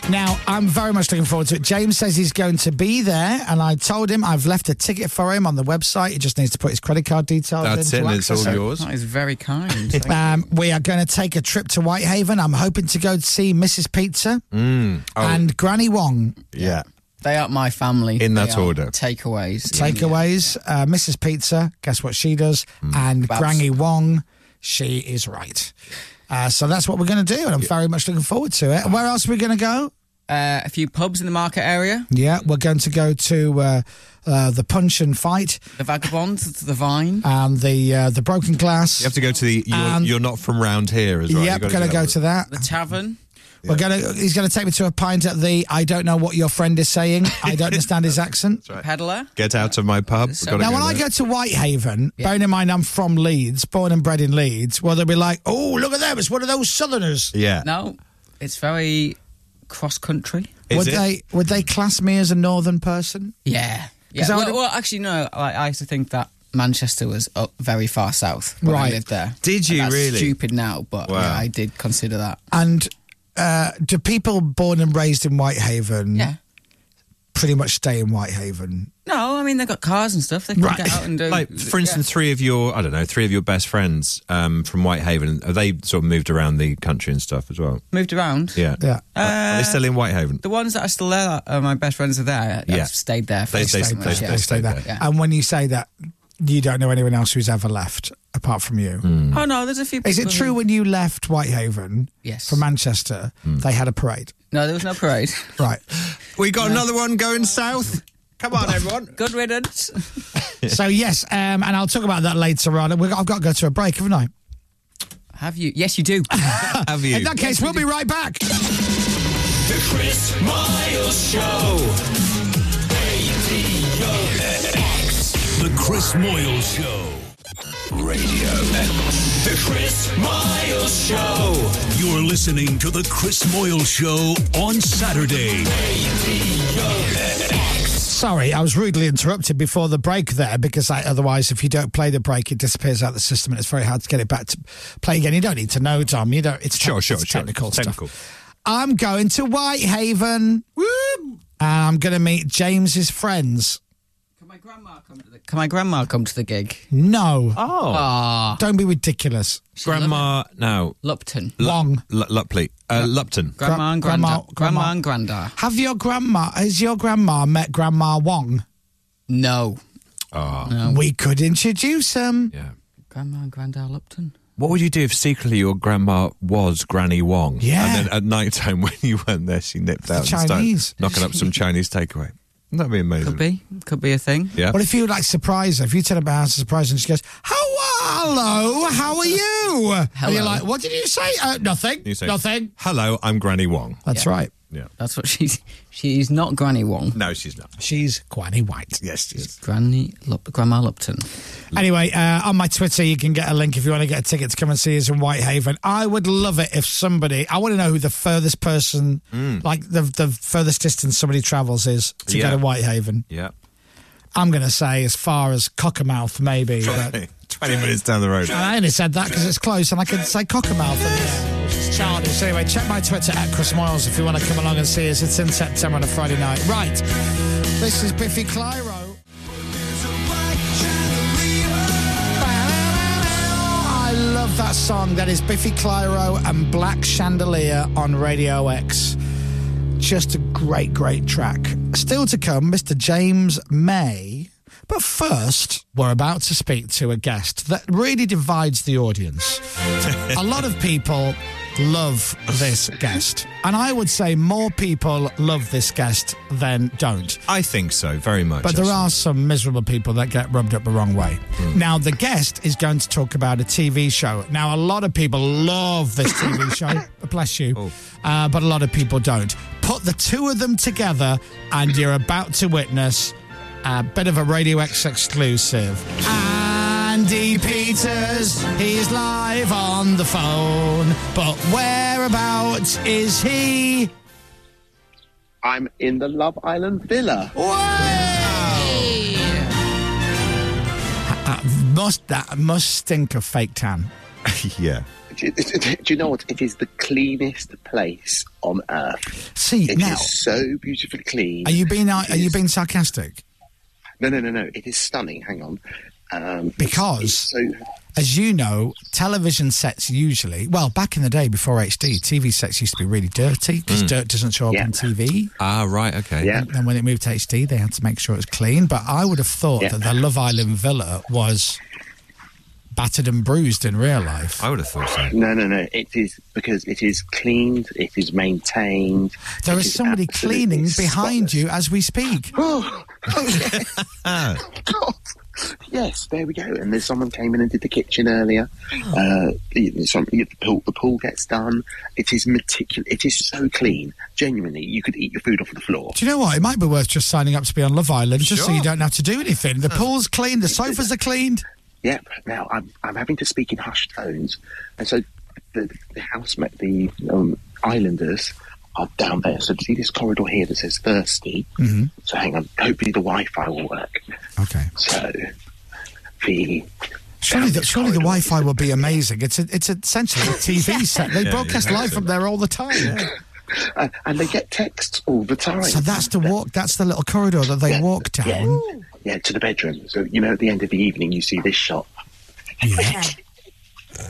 S3: Now, I'm very much looking forward to it. James says he's going to be there, and I told him I've left a ticket for him on the website. He just needs to put his credit card details
S5: That's
S3: in.
S5: it,
S3: to
S5: and it's
S3: access
S5: all yours.
S4: Oh, That is very kind. Thank you.
S3: um, we are going to take a trip to Whitehaven. I'm hoping to go to see Mrs. Pizza
S5: Oh.
S3: and Granny Wong.
S5: Mm. Yeah.
S4: they are my family.
S5: In that
S4: They are
S5: order.
S4: Takeaways.
S3: Takeaways, uh, Mrs. Pizza, guess what she does? And
S4: Kebabs.
S3: Granny Wong, she is right. Uh, so that's what we're going to do, and I'm very much looking forward to it. Where else are we going to go?
S4: Uh, a few pubs in the market area.
S3: Yeah, we're going to go to uh, uh, the Punch and Fight
S4: The Vagabonds, the Vine.
S3: and the uh, the Broken Glass.
S5: You have to go to the you're,
S3: Um,
S5: you're not from round here as well.
S3: yep,
S5: You've
S3: going to
S5: got
S3: go to that.
S4: the Tavern.
S3: We're gonna. He's gonna take me to a pint at the. I don't know what your friend is saying. I don't understand his accent.
S4: Peddler.
S5: Get out of my pub. Gotta
S3: now, when I
S5: there.
S3: go to Whitehaven, bearing in mind I'm from Leeds, born and bred in Leeds, well, they'll be like, "Oh, look at them! It's one of those Southerners."
S5: Yeah.
S4: No, it's very cross country.
S3: would they would they class me as a northern person?
S4: Yeah.
S3: 'Cause
S4: Yeah.
S3: I
S4: Well,
S3: would've-
S4: well, actually, no. Like, I used to think that Manchester was up very far south when I
S3: Right.
S4: lived there.
S5: Did you
S4: And that's
S5: really?
S4: Stupid now, but
S5: Wow.
S4: yeah, I did consider that.
S3: And uh, do people born and raised in Whitehaven
S4: Yeah.
S3: pretty much stay in Whitehaven?
S4: No, I mean they've got cars and stuff. They can
S3: Right.
S4: get out and do.
S5: Like, for instance, three of your, I don't know, three of your best friends um, from Whitehaven, have they sort of moved around the country and stuff as well?
S4: moved around.
S5: Yeah.
S3: Mm-hmm. Yeah.
S5: Are- Are they still in Whitehaven?
S4: The ones that are still there, uh, my best friends are there.
S5: Yeah.
S4: I've stayed there. For
S5: They-
S4: so
S5: they-
S4: much,
S5: they-
S4: yeah.
S5: they-
S3: Stay there.
S4: Yeah.
S3: And when you say that, you don't know anyone else who's ever left apart from you.
S5: Hmm.
S4: Oh no, there's a few. People
S3: Is it
S4: who-
S3: true when you left Whitehaven
S4: Yes.
S3: from Manchester,
S5: Hmm.
S3: they had a parade?
S4: No, there was no parade.
S3: Right.
S5: We got another one going south. Come on, everyone.
S4: Good riddance.
S3: so, yes, um, and I'll talk about that later on. We've got, I've got to go to a break, haven't I?
S4: Have you? Yes, you do.
S5: Have you?
S3: In that case, we'll be right back.
S1: The Chris Miles Show. Radio X.
S2: The Chris Moyle Show.
S1: Radio X. The Chris Miles Show.
S2: You're listening to The Chris Moyle Show on Saturday.
S3: Sorry, I was rudely interrupted before the break there because I, otherwise, if you don't play the break, it disappears out of the system and it's very hard to get it back to play again. You don't need to know, Tom. You don't. It's
S5: Sure,
S3: tec-
S5: sure,
S3: it's
S5: sure.
S3: technical
S5: It's
S3: stuff.
S5: technical.
S3: I'm going to Whitehaven. Woo! And I'm going to meet James's friends.
S4: Can my grandma come to the? Can my grandma come to the gig? Ah.
S3: No,
S5: Oh.
S3: don't be ridiculous.
S5: Grandma, no.
S4: Lupton.
S3: Long.
S5: L- Lupley. Uh, Lupton.
S4: Grandma and
S3: grandma-
S4: granda. Grandma,
S3: grandma.
S4: and granda.
S3: Have your grandma? Has your grandma met Grandma Wong?
S4: No.
S3: We could introduce um, them.
S5: Ah, Yeah.
S4: Grandma and granda Lupton.
S5: What would you do if secretly your grandma was Granny Wong?
S3: Yeah.
S5: And then at night time when you weren't there, she nipped out and
S3: Chinese.
S5: started knocking up some Chinese takeaway. That'd be amazing.
S4: Could be. Could be a thing.
S5: Yeah.
S3: What if you like surprise her? If you tell her about how to surprise her and she goes, "Hello, how are you?" And you're
S4: Hello.
S3: like, "What did you say? Uh, nothing.
S5: You say,
S3: nothing."
S5: Hello, I'm Granny Wong.
S3: That's right.
S5: Yeah.
S4: That's what she's. She's not Granny Wong.
S5: No, she's not.
S3: She's Granny White.
S5: Yes, she is.
S4: Granny Lup- Grandma Lupton.
S3: Anyway, uh, on my Twitter, you can get a link if you want to get a ticket to come and see us in Whitehaven. I would love it if somebody. I want to know who the furthest person, like the the furthest distance somebody travels is to
S5: Mm. Yeah.
S3: go to Whitehaven.
S5: Yeah.
S3: I'm going to say as far as Cockermouth, maybe. but-
S5: 20 minutes down the road.
S3: And I only said that because it's close and I could say cockermouth. And, which is childish. So anyway, check my Twitter at Chris Moyles if you want to come along and see us. It's in September on a Friday night. Right. This is Biffy Clyro. I love that song. That is Biffy Clyro and Black Chandelier on Radio X. Just a great, great track. Still to come, Mr. James May. But first, we're about to speak to a guest that really divides the audience. a lot of people love this guest. And I would say more people love this guest than don't.
S5: I think so, very much.
S3: But there are some miserable people that get rubbed up the wrong way. Now, the guest is going to talk about a TV show. Now, a lot of people love this TV show. Bless you. Uh, but a lot of people don't. Put the two of them together, and you're about to witness a bit of a Radio X exclusive. Andy Peters, he's live on the phone. But whereabouts is he?
S14: I'm in the Love Island villa.
S3: Way! That Uh, must that must stink of fake tan.
S5: actually. yeah.
S14: Do, do you know what? It is the cleanest place on earth.
S3: See
S14: It is
S3: now,
S14: so beautifully clean.
S3: are you being are
S14: It
S3: you
S14: is-
S3: being sarcastic?
S14: No, no, no, no. It is stunning. Hang on. Um, it's-
S3: Because-
S14: it's so
S3: As you know, television sets usually well back in the day before HD, TV sets used to be really dirty because dirt doesn't show up
S14: Mm. Yeah.
S3: on TV.
S5: Ah, right, okay.
S14: yeah.
S3: And when it moved to HD, they had to make sure it was clean. But I would have thought
S14: Yeah.
S3: that the Love Island villa was battered and bruised in real life.
S5: I would have thought so.
S14: No, no, no. It is because it is cleaned. It is maintained.
S3: There
S14: it
S3: is somebody
S14: absolutely Oh.
S3: cleaning behind
S14: spotless.
S3: you as we speak.
S14: Oh, oh, yeah. God. Yes, there we go. And there's someone came in and did the kitchen earlier.
S3: Oh.
S14: Uh, the- some, the, pool, the pool gets done. It is meticulous. It is so clean. Genuinely, you could eat your food off the floor.
S3: Do you know what? It might be worth just signing up to be on Love Island just so
S14: Sure.
S3: you don't have to do anything. The pool's clean, the sofas are cleaned.
S14: Yep. Now I'm I'm having to speak in hushed tones, and so the, the housemate, the um, islanders, are down there. So see this corridor here that says thirsty.
S3: Mhm.
S14: So hang on. Hopefully the Wi-Fi will work.
S3: Okay.
S14: So the
S3: Surely, the, surely the Wi-Fi will be amazing. It's a, it's essentially a TV set. They
S14: Yeah,
S3: broadcast
S14: you'd hope
S3: live
S14: so.
S3: from there all the time.
S14: uh, and they get texts all the time.
S3: So that's the walk. That's the little corridor that they walk down.
S14: yeah, yeah, to the bedroom. So you know, at the end of the evening, you see this shot.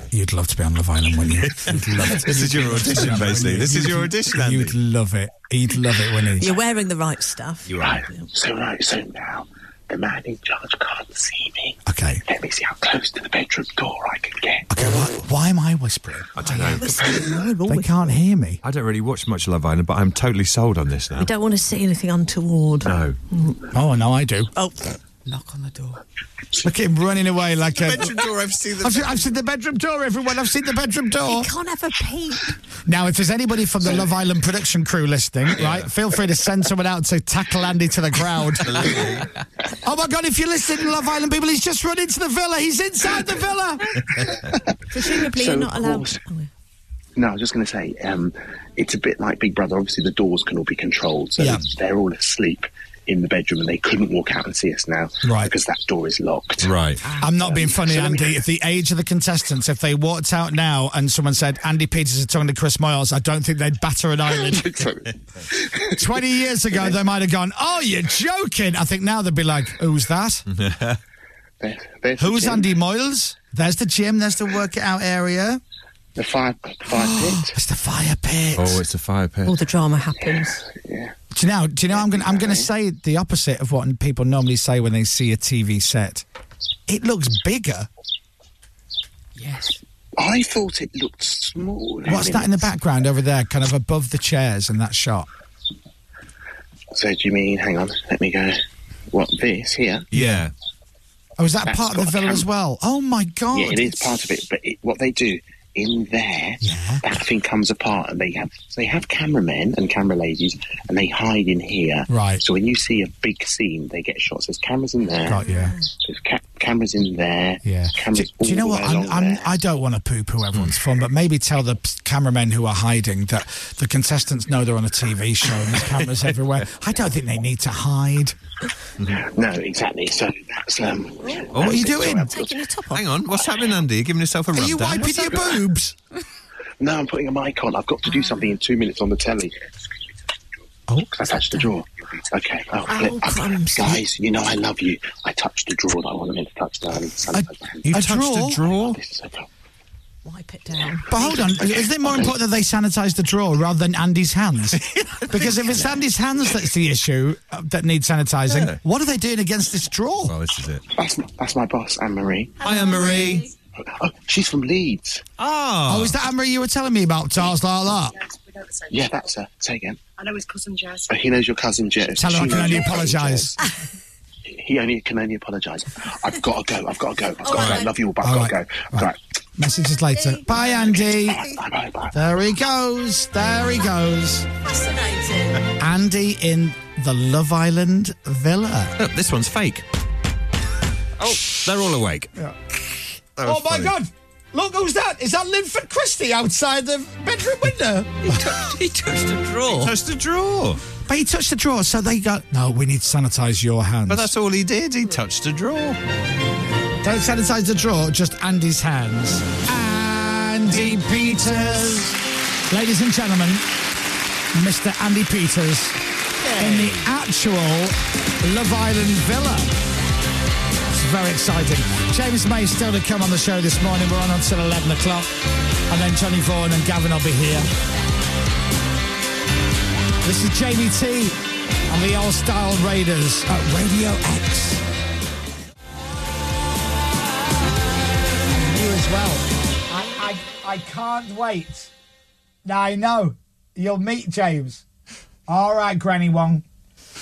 S3: You'd love to be on Love Island, wouldn't you? You'd love to.
S5: This is your audition, basically. This is your audition, Andy.
S3: You'd love it. He'd love it, wouldn't he?
S6: You're wearing the right stuff.
S5: You are.
S14: So right, so now the man in charge can't see me.
S3: Okay.
S14: Let me see how close to the bedroom door I can get.
S3: Okay, why, why am I whispering?
S5: I don't know.
S3: They can't hear me.
S5: I don't really watch much Love Island, but I'm totally sold on this now.
S6: We don't want to see anything untoward. Mm.
S5: No.
S3: Oh no, I do.
S6: Oh, knock on the door.
S3: Look at him running away like a.
S6: bedroom door, I've seen the
S3: I've, seen, I've seen the bedroom door, everyone. I've seen the bedroom door.
S6: You can't have a peep.
S3: Now, if there's anybody from the Love Island production crew listening, right, feel free to send someone out to tackle Andy to the ground. oh my God, if you're listening, Love Island people, he's just run into the villa. He's inside the villa.
S6: Presumably,
S14: So,
S6: you're not
S14: of
S6: allowed.
S14: course- No, I was just going to say, um, it's a bit like Big Brother. Obviously, the doors can all be controlled, so
S3: Yeah.
S14: they're all asleep in the bedroom and they couldn't walk out and see us now
S3: Right.
S14: because that door is locked.
S5: Right.
S6: Ah.
S3: I'm not being funny, Andy. If the age of the contestants, if they walked out now and someone said, Andy Peters is talking to Chris Moyles, I don't think they'd batter an eyelid.
S14: So-
S3: 20 years ago, they might have gone, Oh, you're joking. I think now they'd be like, Who's that?
S14: there- there's the
S3: Who's
S14: gym,
S3: Andy Moyles? There's the gym, there's the workout area.
S14: The fire, the fire pit.
S3: It's the fire pit.
S5: Oh, it's a fire pit.
S6: All the drama happens.
S3: Do you know? Do you know? I'm going. I'm going to say the opposite of what people normally say when they see a TV set. It looks bigger.
S4: Yes.
S14: I thought it looked small.
S3: What's that in the background over there, kind of above the chairs in that shot?
S14: So do you mean? Hang on, let me go. What this here?
S5: Yeah.
S3: Oh, is that
S14: That's
S3: part of the
S14: got a
S3: villa
S14: cam-
S3: as well? Oh my god!
S14: yeah, it is part of it. But it, what they do in there, that thing comes apart, and they have they have cameramen and camera ladies, and they hide in here.
S3: Right.
S14: So when you see a big scene, they get shots. There's cameras in there.
S3: Got you.
S14: There's ca- cameras in there.
S3: Yeah. Do,
S14: Cameras
S3: do you know
S14: all
S3: what?
S14: the way
S3: I'm,
S14: along
S3: I'm,
S14: there.
S3: I don't want to poo-poo everyone's fun, but maybe tell the p- cameramen who are hiding that the contestants know they're on a TV show and there's cameras everywhere. I don't think they need to hide.
S14: No, exactly. So that's um.
S3: Oh,
S5: what are you doing?
S6: Taking your top off.
S5: Hang on. What's happening, Andy? You're giving yourself a rub
S3: Are you
S5: down.
S3: wiping
S5: What's
S3: your
S5: happening?
S3: boobs?
S14: No, I'm putting a mic on. I've got to do something in two minutes on the telly.
S3: Oh.
S14: I touched the drawer. Okay. Oh,
S6: Oh,
S14: flip. I've-
S6: crumbs.
S14: guys, you know I love you. I touched the drawer that I wasn't meant to touch. Darling.
S3: You
S5: You
S3: a
S5: touched
S3: drawer?
S5: a drawer?
S14: This is so cool.
S6: Wipe it down.
S3: But hold on, isn't it more important that they sanitise the drawer rather than Andy's hands? Because if it's Andy's hands that's the issue uh, that needs sanitising,
S5: Yeah.
S3: what are they doing against this drawer?
S5: Well, this is it.
S14: That's my, that's my boss, Anne Marie.
S5: Hi, Anne Marie.
S14: Oh, she's from Leeds.
S5: Oh.
S3: Oh, is that Amory you were telling me about, Charles, like that?
S14: Yeah, that's her. Say again.
S15: I know his cousin Jazz.
S14: Oh, he knows your cousin Jess.
S3: Tell
S14: She
S3: her I can
S14: knows
S3: only
S14: your cousin
S3: apologise.
S14: Jess. He only can only apologise. I've got to go. I've got to go. I've got to go.
S6: right.
S14: love you all, but
S3: All
S14: I've got
S3: right.
S14: to go. Right.
S3: Messages later. Bye, Andy.
S14: Bye, bye, bye.
S3: There he goes. There he goes.
S6: Fascinating.
S3: Andy in the Love Island villa.
S5: Look, this one's fake. Oh, they're all awake.
S3: Oh
S5: That was funny.
S3: Look who's that? Is that Linford Christie outside the bedroom window?
S6: he touched a drawer.
S5: Touched a drawer.
S3: but he touched the drawer, so they got. No, we need to sanitise your hands.
S5: But that's all he did. He touched a drawer.
S3: Don't sanitize the drawer, just Andy's hands. Andy Peters. Ladies and gentlemen, Mr. Andy Peters in the actual Love Island villa. It's very exciting. James May still to come on the show this morning. We're on until 11 o'clock. And then Johnny Vaughan and Gavin will be here. This is Jamie T and the Old Style Raiders at Radio X. you as well. I, I, I can't wait. I know. You'll meet James. All right, Granny Wong.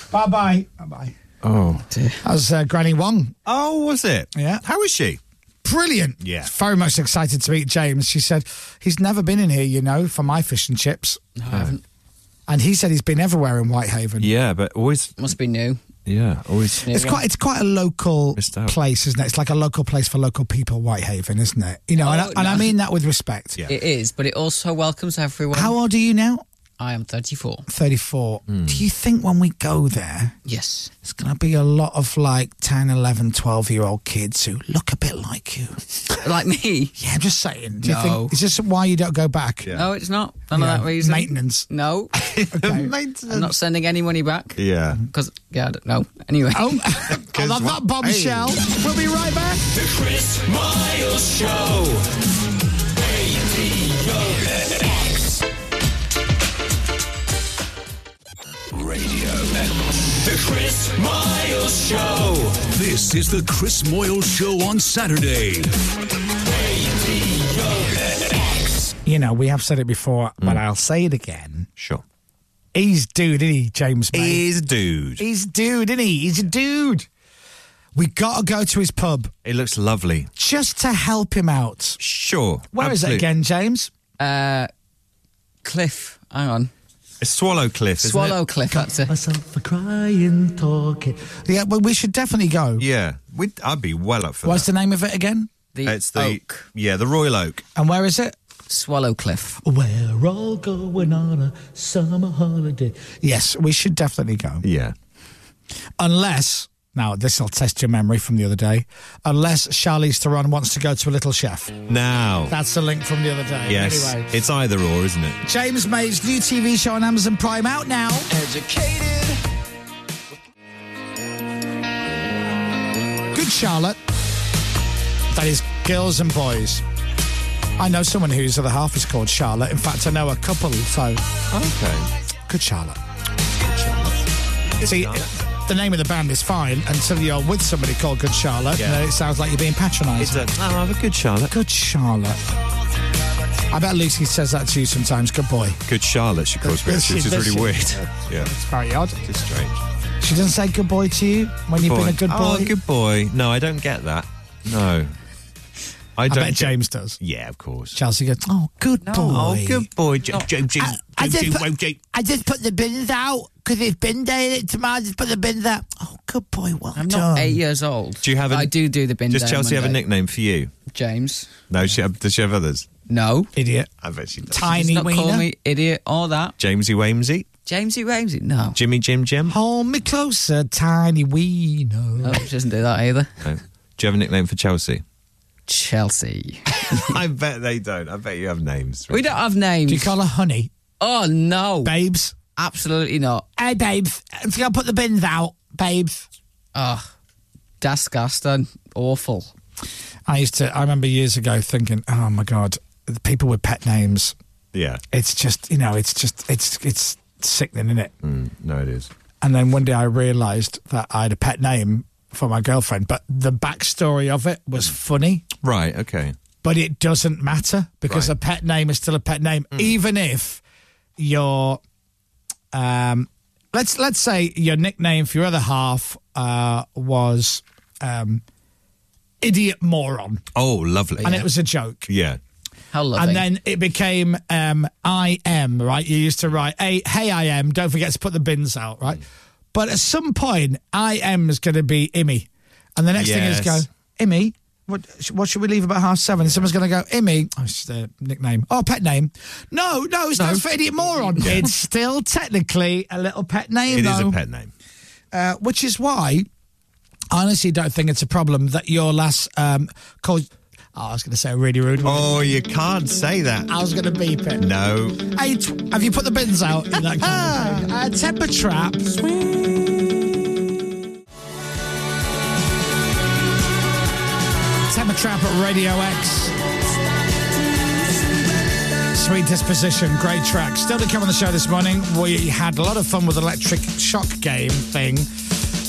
S3: Bye bye. Bye bye.
S5: Oh,
S3: That was uh, Granny Wong.
S5: Oh, was it?
S3: Yeah.
S5: How is she?
S3: Brilliant.
S5: Yeah.
S3: Very much excited to meet James. She said, he's never been in here, you know, for my fish and chips. No, I haven't. And he said he's been everywhere in Whitehaven.
S5: yeah, but always
S4: must be new.
S5: Yeah, always.
S3: It's quite it's quite a local
S5: out.
S3: place, isn't it? It's like a local place for local people, Whitehaven, isn't it? You know, and, I,
S4: Oh,
S3: and I
S4: no.
S3: mean that with respect.
S4: It is, but it also welcomes everyone.
S3: How old are you now?
S4: I am 34.
S3: 34.
S5: Hmm.
S3: Do you think when we go there,
S4: yes,
S3: it's going to be a lot of like 10, 11, 12 year old kids who look a bit like you?
S4: like me?
S3: Yeah, I'm just saying. Do you
S4: No.
S3: think is this why you don't go back?
S4: No, it's not. None
S3: Yeah.
S4: of that reason.
S3: Maintenance.
S4: No. I'm not sending any money back.
S5: Yeah.
S4: Because, yeah, I don't know. Anyway.
S3: Oh, I love that bombshell. We'll be right back.
S1: The Chris Miles Show. Radio X. Radio X. The Chris Miles Show.
S2: This is the Chris Moyle Show on Saturday.
S3: You know, we have said it before, but I'll say it again.
S5: Hmm. Sure.
S3: He's dude, isn't he, James? Mate?
S5: He's dude.
S3: He's dude, isn't he? He's a dude. We gotta go to his pub
S5: It looks lovely.
S3: just to help him out.
S5: Sure.
S3: Where is it
S5: absolute-
S3: again, James?
S4: Uh, cliff. Hang on.
S5: It's Swallow Cliff. Isn't
S4: Swallow
S5: It?
S4: Cliff. That's it.
S3: Myself for crying, talking. Yeah, well, we should definitely go.
S5: Yeah. We'd, I'd be well up for
S3: What's
S5: that.
S3: the name of it again?
S4: The
S5: it's the
S4: Oak.
S5: yeah the Royal Oak.
S3: And where is it?
S4: Swallow Cliff.
S3: We're all going on a summer holiday. Yes, we should definitely go.
S5: Yeah.
S3: Unless, now this will test your memory from the other day, unless Charlize Theron wants to go to a little chef.
S5: Now.
S3: That's the link from the other day.
S5: yes.
S3: Anyway.
S5: It's either or, isn't it?
S3: James May's new TV show on Amazon Prime out now. Good Charlotte. That is girls and boys. I know someone whose other half is called Charlotte. In fact, I know a couple, so
S5: Okay.
S3: good Charlotte. See, the name of the band is fine until you're with somebody called Good Charlotte,
S5: Yeah.
S3: and then it sounds like you're being
S5: It's
S3: patronised.
S5: a, oh, have a good Charlotte.
S3: Good Charlotte. I bet Lucy says that to you sometimes. Good boy.
S5: Good Charlotte, she calls me,
S3: Does she-
S5: which is
S3: does
S5: really
S3: she?
S5: weird. Yeah.
S3: It's very odd.
S5: It's strange.
S3: She doesn't say good boy to you when you've been a good boy.
S5: Oh, good boy. No, I don't get that. No. I
S3: I
S5: don't.
S3: bet
S5: get-
S3: James does.
S5: Yeah, of course.
S3: Chelsea goes, oh, good boy.
S5: Oh, good boy. J- J- J-
S3: I, I
S5: J-
S3: just
S5: J- J-
S3: put, I just put the bins out because it's bin day and it's tomorrow. I just put the bins out. Oh, good boy. Well
S4: I'm
S3: done.
S4: not eight years old.
S5: Do you have a-
S4: But I do do the bin.
S5: Does
S4: day on
S5: Chelsea have a
S4: Monday.
S5: nickname for you?
S4: James.
S5: No, she, does she have others?
S4: No.
S3: Idiot.
S5: I bet she does.
S4: He's
S3: Tiny
S4: not
S3: wiener.
S4: call me idiot or that.
S5: Jamesy Wamesy?
S4: Jamesy Ramsey. No.
S5: Jimmy Jim Jim?
S3: Hold me closer, tiny wiener.
S4: No, she doesn't do that either.
S5: No. Do you have a nickname for Chelsea?
S4: Chelsea.
S5: I bet they don't. I bet you have names.
S4: We don't have names.
S3: Do you call her honey?
S4: oh no.
S3: Babes?
S4: Absolutely not.
S3: Hey, babes. I'm going to put the bins out, babes.
S4: Oh, disgusting. Awful.
S3: I used to, I remember years ago thinking, oh my God, the people with pet names.
S5: Yeah.
S3: It's just, you know, it's just, it's, it's sickening, isn't it?
S5: Mm, no, it is.
S3: And then one day I realised that I had a pet name for my girlfriend, but the backstory of it was funny.
S5: Right, okay.
S3: But it doesn't matter because
S5: Right.
S3: a pet name is still a pet name, even if your, um, let's let's say your nickname for your other half uh, was um, idiot moron,
S5: Oh, lovely.
S3: and it was a joke.
S5: Yeah.
S4: How lovely.
S3: And then it became um, I am, right? You used to write, hey, hey, I am, don't forget to put the bins out, right?
S5: Mm.
S3: But at some point, I am is going to be Immy. And the next thing
S5: Yes.
S3: is go, Immy, what, sh- what should we leave about half seven? And someone's going to go, Immy, oh, it's their nickname. Oh, pet name. No, no, it's not for idiot moron. It's still technically a little pet name,
S5: It
S3: though
S5: is a pet name.
S3: uh, which is why I honestly don't think it's a problem that your last um, call. Oh, I was going to say a really rude one.
S5: Oh, you can't say that.
S3: I was going to beep it.
S5: No.
S3: Hey, tw- have you put the bins out? In that kind of thing? uh, temper trap. Temper trap at Radio X. Sweet disposition, great track. Still to come on the show this morning. We had a lot of fun with electric shock game thing.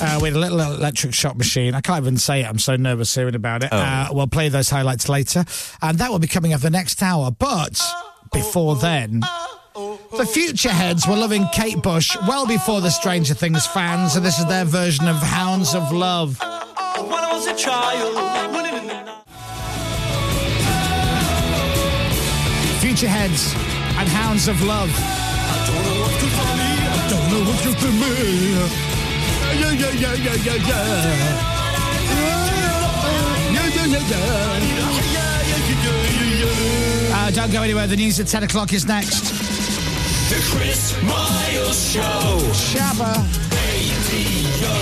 S3: Uh, we had a little electric shock machine. I can't even say it. I'm so nervous hearing about it. Uh, we'll play those highlights later, and that will be coming up the next hour. But before then, The Futureheads were loving Kate Bush well before the Stranger Things fans, and this is their version of Hounds of Love.
S15: When I was a child, winning in the night.
S3: Futureheads and Hounds of Love.
S15: I don't know what could find me. I
S3: don't know what you can be. Yeah, yeah, yeah, yeah, yeah, yeah. Yeah, yeah, yeah, yeah. Uh, don't go anywhere. The news at 10 o'clock is next.
S15: The Chris Miles Show.
S3: Shabba.
S15: Radio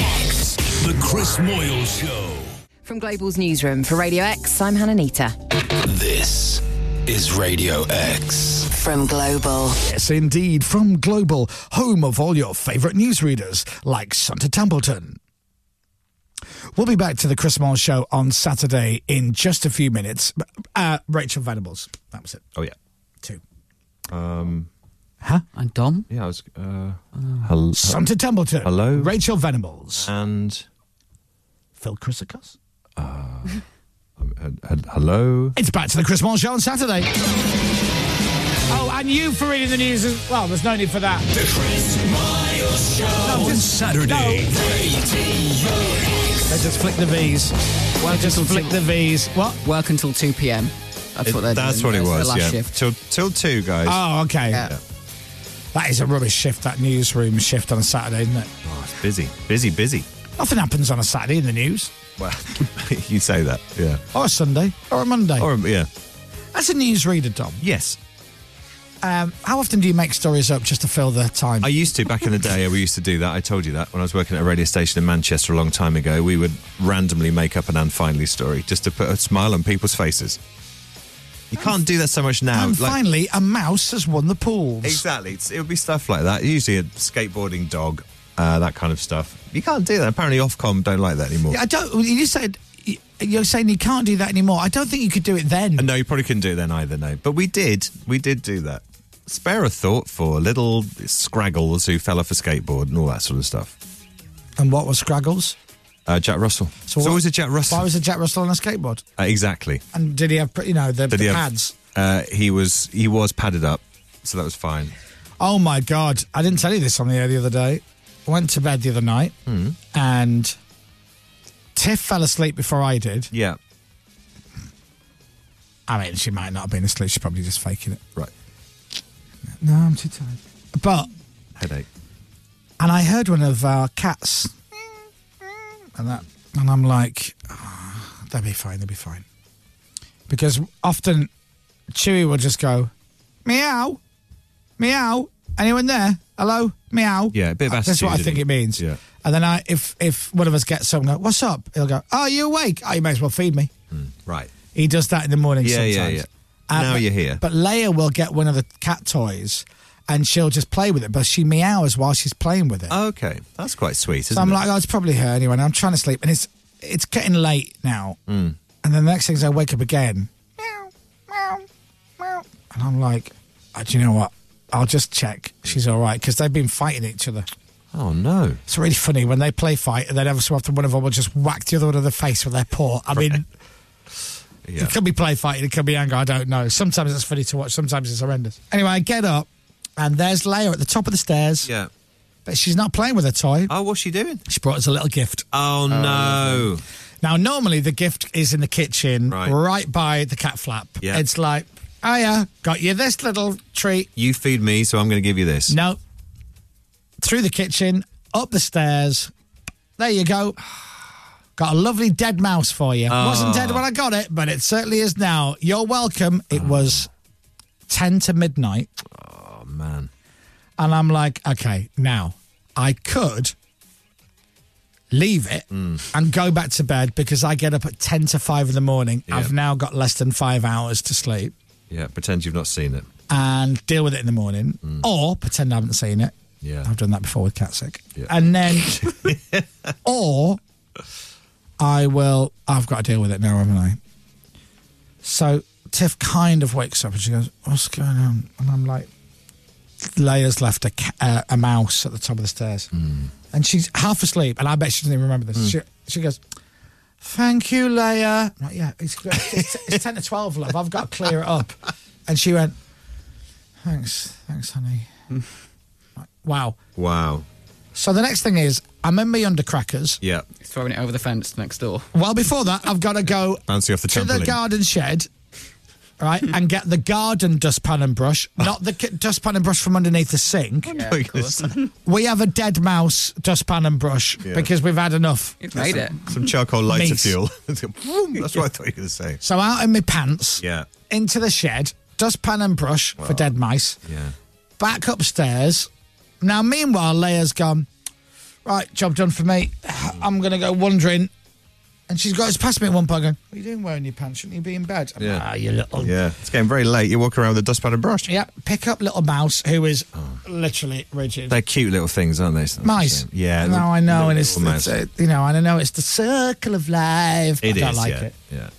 S15: X.
S2: The Chris Moyle Show.
S8: From Global's newsroom for Radio X, I'm Hannah Nita.
S1: This is Radio X.
S8: From Global.
S3: Yes, indeed, from Global, home of all your favourite newsreaders like Santa Templeton. We'll be back to the Chris Moyle Show on Saturday in just a few minutes. Uh, Rachel Venables, that was it.
S5: Oh yeah.
S3: Two.
S5: Um.
S3: Huh?
S5: And Dom. Yeah, I was. Uh, hello.
S3: Santa Templeton.
S5: Hello.
S3: Rachel Venables.
S5: And Ah.
S3: Phil Chrysicus.
S5: and- and Uh, hello.
S3: It's back to the Chris Moyle Show on Saturday. Oh, and you for reading the news as well. There's no need for that.
S15: The Chris Miles Show.
S3: No,
S2: On
S3: just-
S2: Saturday.
S15: Radio
S3: They just flick the V's. Well, just flick the V's. What?
S4: Work until 2 p.m. That's what they're
S5: That's
S4: doing.
S5: what it
S4: That's their
S5: was.
S4: last
S5: yeah.
S4: shift.
S5: Till till two guys.
S3: Oh, okay.
S4: Yeah.
S3: That is a rubbish shift, that newsroom shift on a Saturday, isn't it?
S5: Oh, it's busy, busy, busy.
S3: Nothing happens on a Saturday in the news,
S5: Well, you say that. Yeah.
S3: or a Sunday, or a Monday.
S5: Or yeah.
S3: As a newsreader, Dom,
S5: Yes.
S3: um, how often do you make stories up just to fill the time?
S5: I used to back in the day. We used to do that. I told you that when I was working at a radio station in Manchester a long time ago. We would randomly make up an Anne Finley story just to put a smile on people's faces. You can't do that so much now.
S3: and
S5: like-
S3: finally, a mouse has won the pools.
S5: exactly. It's, it would be stuff like that. Usually a skateboarding dog, uh, that kind of stuff. You can't do that. Apparently, Ofcom don't like that anymore.
S3: Yeah, I don't. You said you're saying you can't do that anymore. I don't think you could do it then.
S5: Uh, No, you probably couldn't do it then either, no. But we did. We did do that. Spare a thought for little scraggles who fell off a skateboard and all that sort of stuff.
S3: And what was Scraggles?
S5: Uh, Jack Russell. So it's
S3: what-
S5: always a Jack Russell.
S3: Why was a Jack Russell on a skateboard?
S5: uh, exactly.
S3: And did he have you know the,
S5: Did
S3: the
S5: he have-
S3: pads?
S5: Uh, he was he was padded up, so that was fine.
S3: Oh my god! I didn't tell you this on the air the other day. I went to bed the other night,
S5: Hmm,
S3: and Tiff fell asleep before I did.
S5: Yeah.
S3: I mean, she might not have been asleep. She's probably just faking it.
S5: Right.
S3: No, I'm too tired. But
S5: Headache.
S3: and I heard one of our cats, and that, and I'm like, "Ah, they'll be fine. They'll be fine, because often Chewy will just go, meow, meow. Anyone there? Hello, meow. Uh,
S5: Yeah, a bit of
S3: That's what I
S5: attitude,
S3: think
S5: isn't
S3: it means.
S5: Yeah.
S3: And then I, if if one of us gets something, what's up? He'll go, "Are you awake? Oh, you may as well feed me."
S5: Right.
S3: He does that in the morning
S5: Yeah,
S3: sometimes. Uh,
S5: yeah, yeah. Now
S3: but,
S5: you're here.
S3: But Leia will get one of the cat toys, and she'll just play with it. But she meows while she's playing with it.
S5: Okay. That's quite sweet, isn't
S3: so I'm
S5: it?
S3: like, oh, it's probably her anyway. And I'm trying to sleep, and it's it's getting late now.
S5: Hmm.
S3: And then the next thing is I wake up again, meow, meow, meow, and I'm like, oh, do you know what? I'll just check she's all right because they've been fighting each other.
S5: oh no.
S3: It's really funny when they play fight, and then every so often one of them will just whack the other one in the face with their paw. I mean,
S5: Yeah.
S3: it could be play fighting, it could be anger. I don't know. Sometimes it's funny to watch. Sometimes it's horrendous. Anyway, I get up, and there's Leia at the top of the stairs,
S5: Yeah.
S3: but she's not playing with her toy.
S5: Oh, what's she doing?
S3: She brought us a little gift.
S5: Oh, no.
S3: Um, Now, normally the gift is in the kitchen,
S5: Right.
S3: right, by the cat flap.
S5: Yeah.
S3: It's like, oh yeah, got you this little treat.
S5: You feed me, so I'm going to give you this.
S3: No, through the kitchen, up the stairs. There you go. Got a lovely dead mouse for you. Wasn't dead when
S5: Ah.
S3: I got it, but it certainly is now. You're welcome. It was ten to midnight.
S5: Oh man.
S3: And I'm like, okay, now I could leave it and go back to bed because I get up at 10 to 5 in the morning.
S5: Yeah.
S3: I've now got less than five hours to sleep
S5: Yeah. Pretend you've not seen it.
S3: and deal with it in the morning or pretend I haven't seen it.
S5: Mm. Yeah.
S3: I've done that before with cat sick.
S5: Yeah.
S3: And then, or I will, I've got to deal with it now, haven't I? So Tiff kind of wakes up and she goes, What's going on? And I'm like, Leia's left a, ca- uh, a mouse at the top of the stairs. And she's half asleep, and I bet she doesn't even remember this. She, she goes, Thank you, Leia. I'm like, yeah, it's, it's, it's 10 to 12, love. I've got to clear it up. And she went, Thanks, thanks, honey. wow.
S5: Wow.
S3: So the next thing is, I'm in my undercrackers.
S5: Yeah.
S4: Throwing it over the fence next door.
S3: Well, before that, I've got to go
S5: Bouncing off the
S3: to the
S5: trampoline.
S3: garden shed, right, and get the garden dustpan and brush, not the ki- dustpan and brush from underneath the sink.
S5: Yeah, Oh. of course.
S3: we have a dead mouse dustpan and brush
S5: Yeah.
S3: because we've had enough.
S5: some, Some charcoal lighter
S3: Mace.
S5: fuel. That's what I thought you were going to say.
S3: So out in my pants,
S5: Yeah.
S3: into the shed, dustpan and brush for dead mice.
S5: Yeah.
S3: back upstairs. Now, meanwhile, Leia's gone, right, job done for me. I'm going to go wandering. And she's got us past me at one point going, what are you doing wearing your pants? Shouldn't you be in bed? I'm
S5: Yeah.
S3: like, Ah, you little.
S5: Yeah. It's getting very late. You walk around with a dustpan and brush. Oh.
S3: Yep, pick up little mouse who is literally rigid.
S5: They're cute little things, aren't they? Some-
S3: mice.
S5: Yeah.
S3: No, I know.
S5: little
S3: And it's,
S5: mice.
S3: it's uh, you know, and I know it's the circle of life.
S5: It
S3: I don't
S5: is,
S3: like
S5: yeah,
S3: it.
S5: Yeah.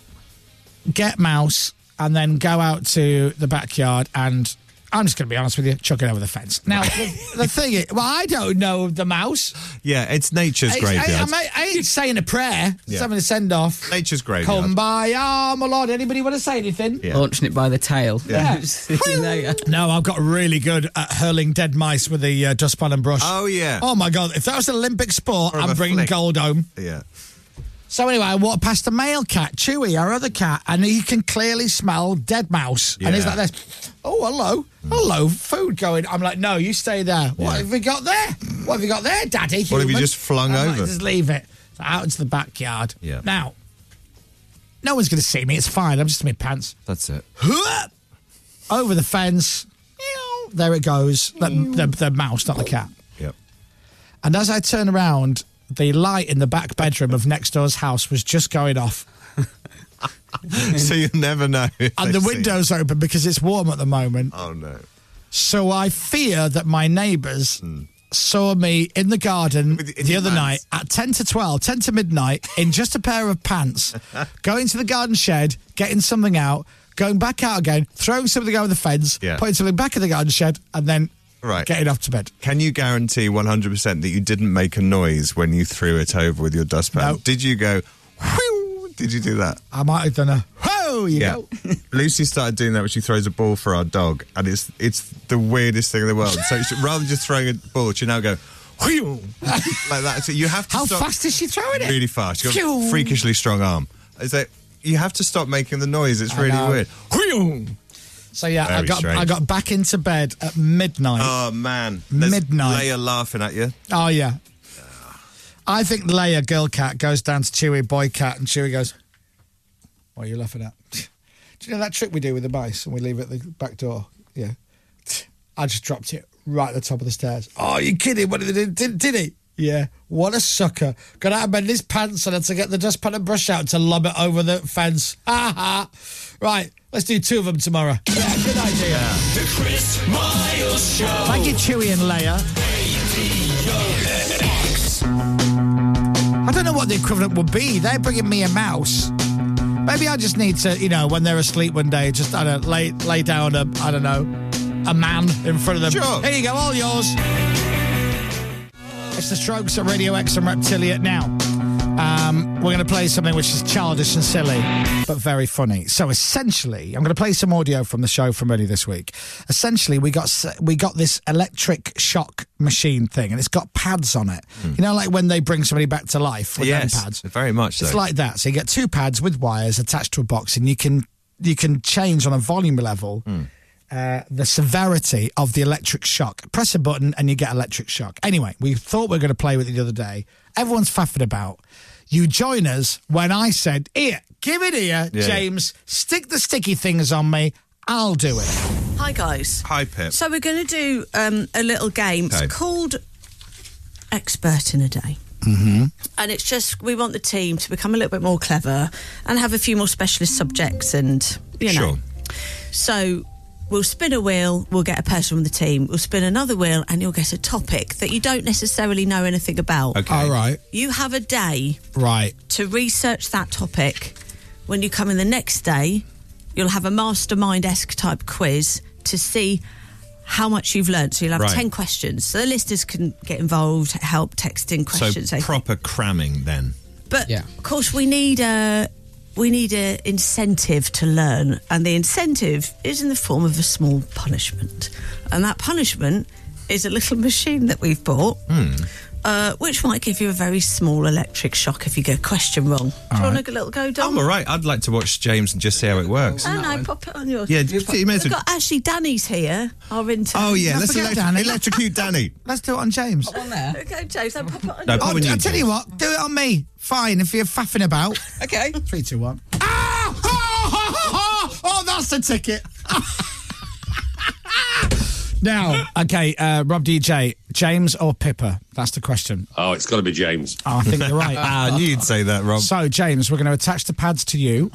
S3: Get mouse and then go out to the backyard and. I'm just going to be honest with you, chuck it over the fence. Now, the, the thing is, well, I don't know the mouse.
S5: Yeah, it's nature's
S3: It's-
S5: graveyard.
S3: I, I, might- I ain't saying a prayer.
S5: Yeah.
S3: Something to send off.
S5: nature's graveyard.
S3: Come by, oh my lord. Anybody want to say anything?
S4: Launching it by the tail.
S3: Yeah.
S4: See you later.
S3: No, I've got really good at hurling dead mice with a uh, dustpan and brush.
S5: Oh, yeah.
S3: Oh my god! If that was an Olympic sport,
S5: Or of
S3: I'm
S5: a
S3: bringing
S5: flick.
S3: gold home.
S5: Yeah.
S3: So anyway, I walked past a male cat, Chewy, our other cat, and he can clearly smell dead mouse. And he's
S5: Yeah.
S3: like this. Oh, hello, hello, food going. I'm like, no, you stay there. What
S5: Yeah.
S3: have we got there? What have you got there, Daddy?
S5: What have you
S3: human?"
S5: just flung
S3: I'm like,
S5: over?
S3: just leave it. So out into the backyard.
S5: Yeah.
S3: Now, no one's going to see me. It's fine. I'm just in my pants.
S5: That's it.
S3: Over the fence. Meow. There it goes. The, the, the mouse, not the cat.
S5: Yep.
S3: And as I turn around, the light in the back bedroom of next door's house was just going off.
S5: so you never know. if
S3: and the
S5: they've seen-
S3: window's open because it's warm at the moment.
S5: Oh no.
S3: So I fear that my neighbours saw me in the garden
S5: in
S3: the
S5: your
S3: other night
S5: Hmm. pants.
S3: at 10 to 12, 10 to midnight, in just a pair of pants, going to the garden shed, getting something out, going back out again, throwing something over the fence,
S5: Yeah.
S3: putting something back in the garden shed, and then
S5: Right.
S3: getting off to bed.
S5: Can you guarantee 100% that you didn't make a noise when you threw it over with your dustpan?
S3: No.
S5: Did you go, "Whew"? did you do that?
S3: I might have done a, whoa, you go.
S5: Lucy started doing that when she throws a ball for our dog, and it's it's the weirdest thing in the world. So she, rather than just throwing a ball, she now go, "Whew," like that. So you have to
S3: How
S5: stop
S3: fast is she throwing it?
S5: really fast. She's got
S3: Phew.
S5: a freakishly strong arm. It's like, you have to stop making the noise. It's
S3: I
S5: really
S3: know.
S5: weird. Whew.
S3: So yeah, I
S5: Very
S3: got
S5: strange.
S3: I got back into bed at midnight.
S5: Oh man,
S3: Midnight.
S5: Leia laughing at you.
S3: Oh yeah. I think Leia girl cat goes down to Chewy boy cat, and Chewy goes, "What are you laughing at?" do you know that trick we do with the mice, and we leave it at the back door? Yeah. I just dropped it right at the top of the stairs. Oh, are you kidding? What did he? Did, did he? Yeah. What a sucker! Got out of bed in his pants and had to get the dustpan and brush out to lob it over the fence. Ha ha! Right, let's do two of them tomorrow. Yeah, good idea.
S15: The Chris Miles Show.
S3: Thank you, Chewy and Leia. I don't know what the equivalent would be. They're bringing me a mouse. Maybe I just need to, you know, when they're asleep one day, just I don't know, lay lay down a I don't know a man in front of them.
S5: Sure.
S3: Here you go, all yours. It's the Strokes at Radio X and Reptilia now. Um, we're going to play something which is childish and silly, but very funny. So essentially, I'm going to play some audio from the show from earlier this week. Essentially, we got s- we got this electric shock machine thing, and it's got pads on it. You know, like when they bring somebody back to life with them pads.
S5: very much so.
S3: It's like that. So you get two pads with wires attached to a box, and you can you can change on a volume level
S5: Hmm.
S3: uh, the severity of the electric shock. Press a button, and you get electric shock. Anyway, we thought we were going to play with it the other day. Everyone's faffing about. You join us when I said, "Here, give it here,
S5: Yeah.
S3: James. Stick the sticky things on me. I'll do it."
S6: Hi, guys.
S5: Hi, Pip.
S6: So we're going to do um, a little game.
S5: Okay.
S6: It's called Expert in a Day.
S3: Mm-hmm.
S6: And it's just we want the team to become a little bit more clever and have a few more specialist subjects and, you know.
S5: Sure.
S6: So we'll spin a wheel, we'll get a person from the team, we'll spin another wheel and you'll get a topic that you don't necessarily know anything about.
S5: Okay.
S3: All right,
S6: You have a day
S3: right.
S6: to research that topic. When you come in the next day, you'll have a mastermind esque type quiz to see how much you've learned. So you'll have
S5: Right.
S6: 10 questions. So the listeners can get involved, help, text in questions.
S5: so
S6: I think.
S5: proper cramming then.
S6: but of course, we need a, we need an incentive to learn, and the incentive is in the form of a small punishment, and that punishment is a little machine that we've bought.
S5: Hmm.
S6: Uh, which might give you a very small electric shock if you get a question wrong. Do you
S5: All
S6: want a little go, Dom?
S5: I'm all right. I'd like to watch James and just see how it works.
S6: And I pop it on yours.
S5: Yeah, you- you may as
S6: We've
S5: well-
S6: got actually Danny's here, our intern.
S5: Oh yeah, let's
S3: forget
S5: elect-
S3: Danny.
S5: electrocute Danny.
S3: Let's do it on James.
S6: on there. Go, James. I pop it on
S5: No,
S6: yours.
S5: pop
S3: I'll,
S5: on you,
S3: I'll tell you
S5: James.
S3: what, do it on me. Fine, if you're faffing about.
S4: okay.
S3: Three, two, one. Ah! Oh, that's the ticket. now, okay, uh, Rob DJ, James or Pippa? That's the question.
S16: Oh, it's got to be James.
S3: Oh, I think you're right.
S5: Ah, I knew you'd say that, Rob.
S3: So, James, we're going to attach the pads to you,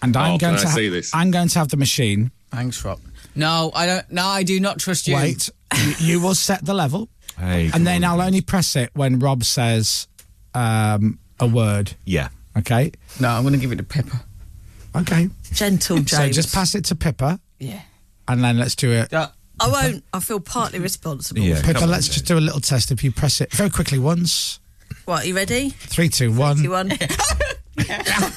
S3: and I'm
S16: Oh,
S3: going
S16: can
S3: to
S16: I
S3: ha-
S16: see this?
S3: I'm going to have the machine.
S4: Thanks, Rob. No, I don't. No, I do not trust you.
S3: Wait, you, you will set the level,
S5: Hey,
S3: and then I'll only press it when Rob says um, a word.
S5: Yeah.
S3: Okay.
S4: No, I'm going to give it to Pippa.
S3: Okay.
S6: Gentle James.
S3: So just pass it to Pippa,
S4: Yeah.
S3: and then let's do it.
S6: I won't. I feel partly responsible.
S3: Pippa, let's just do a little test. If you press it very quickly once,
S6: What, you ready?
S3: three, two, one.
S6: You won.
S4: yeah. Oh,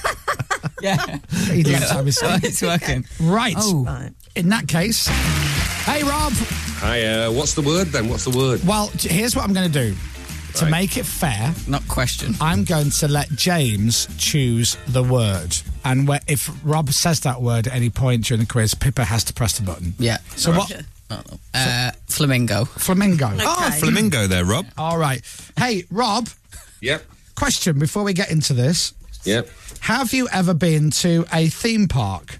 S3: He did that time, so-
S4: It's working.
S3: Right.
S4: Oh.
S3: In that case, hey Rob.
S16: Hi, uh, what's the word then? What's the word?
S3: Well, j- here's what I'm going to do. To
S16: Right.
S3: make it fair,
S4: not question.
S3: I'm going to let James choose the word, and where, if Rob says that word at any point during the quiz, Pippa has to press the button.
S4: Yeah.
S3: So what?
S4: Uh, flamingo.
S3: Flamingo.
S5: Oh, flamingo there, Rob.
S3: All right. Hey Rob.
S16: Yep.
S3: Question before we get into this:
S16: Yep.
S3: Have you ever been to a theme park?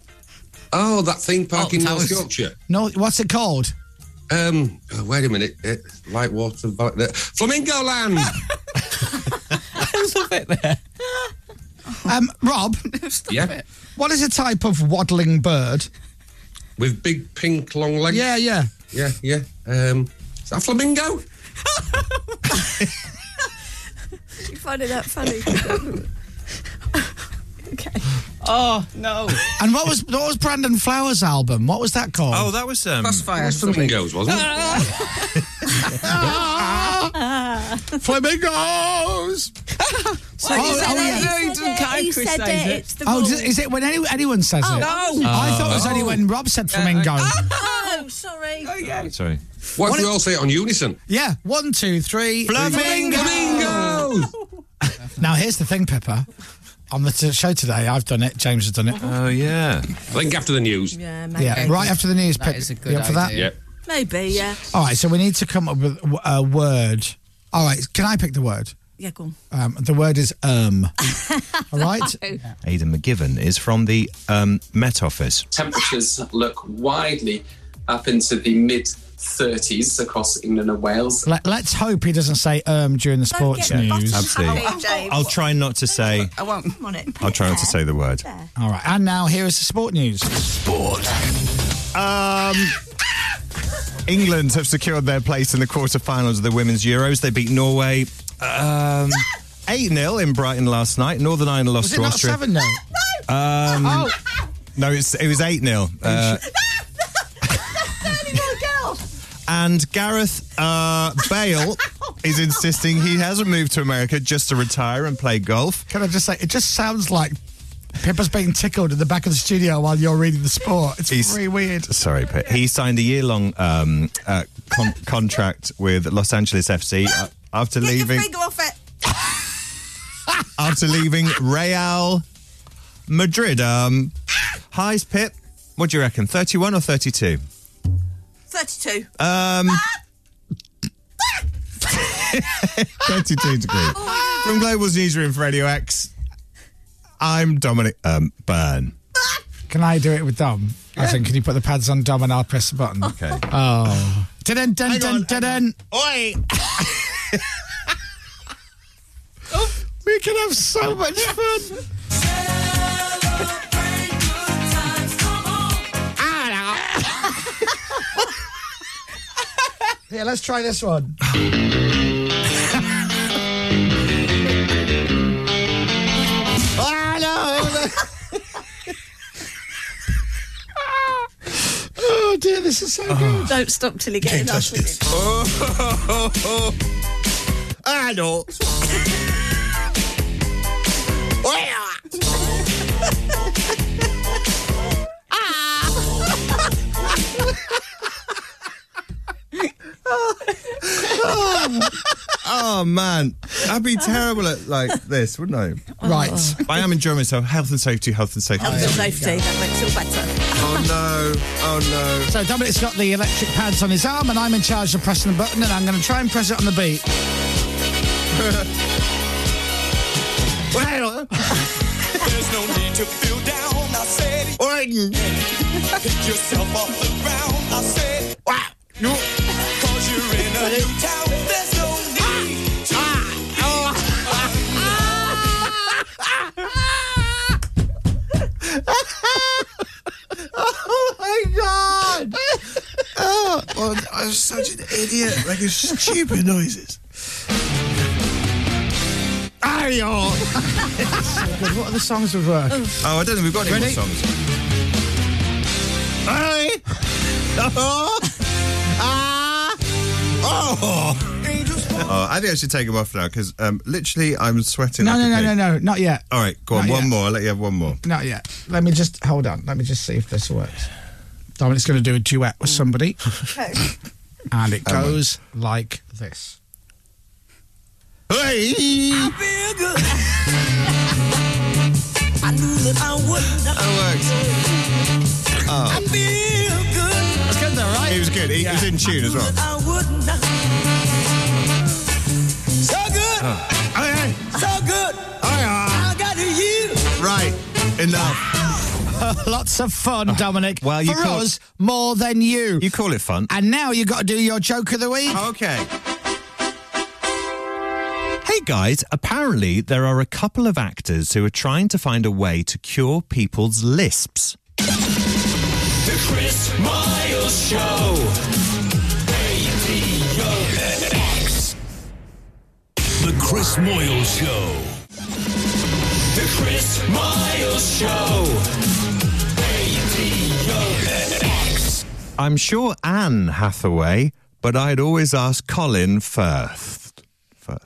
S16: Oh, that theme park
S3: Oh,
S16: in
S3: that
S16: North
S3: was-
S16: Yorkshire.
S3: No, what's it called?
S16: Um, oh, wait a minute. Uh, light water, Val- the- Flamingo Land.
S3: Um, Rob,
S16: yeah,
S3: what is a type of waddling bird?
S16: with big pink long legs.
S3: Yeah, yeah.
S16: yeah, yeah. Um, is that a flamingo?
S6: you finding that funny? okay.
S4: Oh no.
S3: And what was what was Brandon Flowers' album? What was that called?
S5: Oh, that was um,
S4: Crossfire
S5: that was
S4: something.
S5: flamingos, wasn't it?
S3: Flamingos.
S4: So
S3: Ah. Oh,
S4: you said
S3: oh,
S4: it,
S3: yeah.
S4: you said it,
S6: He
S4: Chris
S6: said
S4: says
S6: it.
S4: it.
S6: It's the
S3: Oh,
S6: ball.
S3: is is it when any, anyone says
S6: Oh.
S3: it?
S6: No.
S3: I thought it was
S16: Oh.
S3: only when Rob said
S4: Uh,
S3: flamingo.
S6: Oh, sorry. Oh, yeah.
S5: Sorry.
S16: What, if we all say it on unison?
S3: yeah, one, two, three.
S5: Flamingo. Flamingos.
S3: Now here's the thing, Pepper. On the t- show today, I've done it. James has done it.
S5: Oh yeah.
S16: I think after the news.
S6: Yeah, maybe.
S3: Yeah, right after the news.
S4: That
S3: Pip.
S4: is a
S3: You
S4: good
S3: up for that?
S4: idea.
S16: Yeah.
S6: Maybe, yeah.
S3: All right, so we need to come up with a word. All right, can I pick the word?
S6: Yeah, go on.
S3: Um, the word is um. All right.
S5: Ada McGivern is from the um, Met Office.
S9: Temperatures look widely up into the mid 30s across England and Wales.
S3: Let, us hope he doesn't say um during the sports
S6: get
S3: news.
S6: button.
S5: Absolutely.
S6: I'll- I'll-
S5: I'll try not to say.
S4: I won't.
S6: Come on it.
S5: I'll try not to say the word.
S3: All right, and now here is the sport news.
S5: Um, England have secured their place in the quarterfinals of the Women's Euros. They beat Norway um, 8 0 in Brighton last night. Northern Ireland lost
S3: Was it
S5: to
S3: not
S5: Austria.
S3: seven Oh. though?
S5: Um, No, it's, it was 8 0. Uh, and Gareth uh, Bale is insisting he hasn't moved to America just to retire and play golf.
S3: Can I just say it just sounds like Pippa's being tickled in the back of the studio while you're reading the sport. It's
S5: He's-
S3: very weird.
S5: Sorry, but he signed a year long um, uh, con- contract with Los Angeles FC uh, after
S6: Get your
S5: leaving
S6: finger off it.
S5: after leaving Real Madrid. Um, highs, Pip. What do you reckon? Thirty-one or thirty-two? Um,
S6: 32.
S5: Thirty-two degrees. From Global's newsroom for Radio X. I'm Dominic um, Byrne.
S3: Can I do it with Dom? I think. Can you put the pads on Dom and I'll press the button?
S5: Okay.
S3: Oh. Dun dun
S5: Hang
S3: dun
S5: on,
S3: dun dun.
S5: Oi!
S3: We can have so much fun. Yeah, let's try this one.
S5: Ah, no!
S3: Oh dear, this is so good.
S6: Don't stop till you get enough.
S5: Ah, no!
S3: Ah.
S5: oh, oh, man, I'd be terrible at like this, wouldn't I?
S3: Right.
S5: I am enjoying myself. Health and safety. Health and safety.
S6: Health and safety. That makes it all better.
S5: Oh no! Oh
S3: So Dominic's got the electric pads on his arm, and I'm in charge of pressing the button, and I'm going to try and press it on the beat.
S15: There's no need to feel down. I said,
S5: Orton.
S15: Pick yourself off the ground. I said, Wow. No. Cause you're in a new town. There's no need to.
S5: Ah. oh my god! Oh, well, I'm such an idiot. Like stupid noises.
S3: Ayo! So good. What are the songs that work?
S5: Oh, I don't think we've got any
S3: Ready?
S5: more songs.
S3: Hey!
S5: Oh! Ah! Oh! Oh, I think I should take them off now because um, literally I'm sweating.
S3: No,
S5: like
S3: no,
S5: a
S3: no,
S5: pig.
S3: no, no, not yet.
S5: All right, go on.
S3: Not
S5: one
S3: yet.
S5: more. I'll let you have one more.
S3: Not yet. Let me just hold on. Let me just see if this works. Dominic's going to do a duet with somebody, and it
S5: Oh, my.
S3: goes like this.
S5: Hey! I
S15: feel good. I knew that I would. That
S5: works. Oh.
S15: I feel good.
S3: That's good though, right?
S5: He was good. He was in tune as well.
S15: I would not. So good. So good. I got you.
S5: Right. Enough.
S3: Lots of fun, Dominic.
S5: Uh, well, you
S3: For
S5: can't-
S3: us, more than you.
S5: You call it fun. Oh,
S3: And now you've got to do your joke of the week.
S5: Okay. Hey guys, apparently there are a couple of actors who are trying to find a way to cure people's lisps.
S15: The Chris Miles Show. ADOX.
S2: The Chris Moyle Show.
S15: The Chris Miles Show. ADOX.
S5: I'm sure Anne Hathaway, but I'd always ask Colin first. First.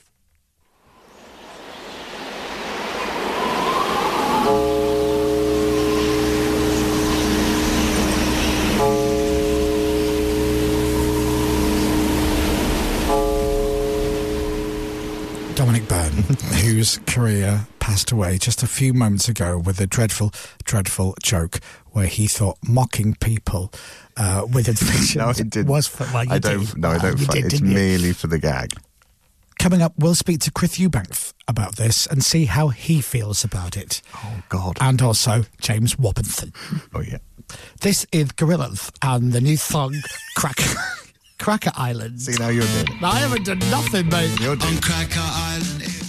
S3: Dominic Byrne, whose career passed away just a few moments ago with a dreadful, dreadful joke where he thought mocking people uh, with inventions was for, well, you did. Well, you did, didn't you?
S5: for the gag.
S3: Coming up, we'll speak to Chris Eubank about this and see how he feels about it.
S5: Oh God.
S3: And also James Wobbenson.
S5: Oh yeah.
S3: This is Gorillaz and the new song Cracker, Cracker Island.
S5: See now you're doing it.
S3: I haven't done nothing, mate.
S5: You're doing it.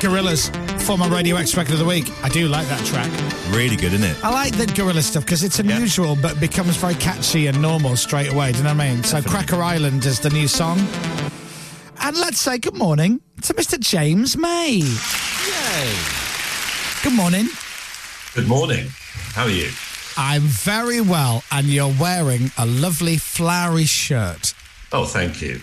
S3: Gorillas, former Radio X record of the week. I do like that track.
S5: really good, isn't it?
S3: I like the gorilla stuff because it's unusual but becomes very catchy and normal straight away. Do you know what I mean? So Cracker Island is the new song. And let's say good morning to Mr. James May. Good morning.
S17: Good morning. How are you?
S3: I'm very well, and you're wearing a lovely flowery shirt.
S17: Oh, thank you.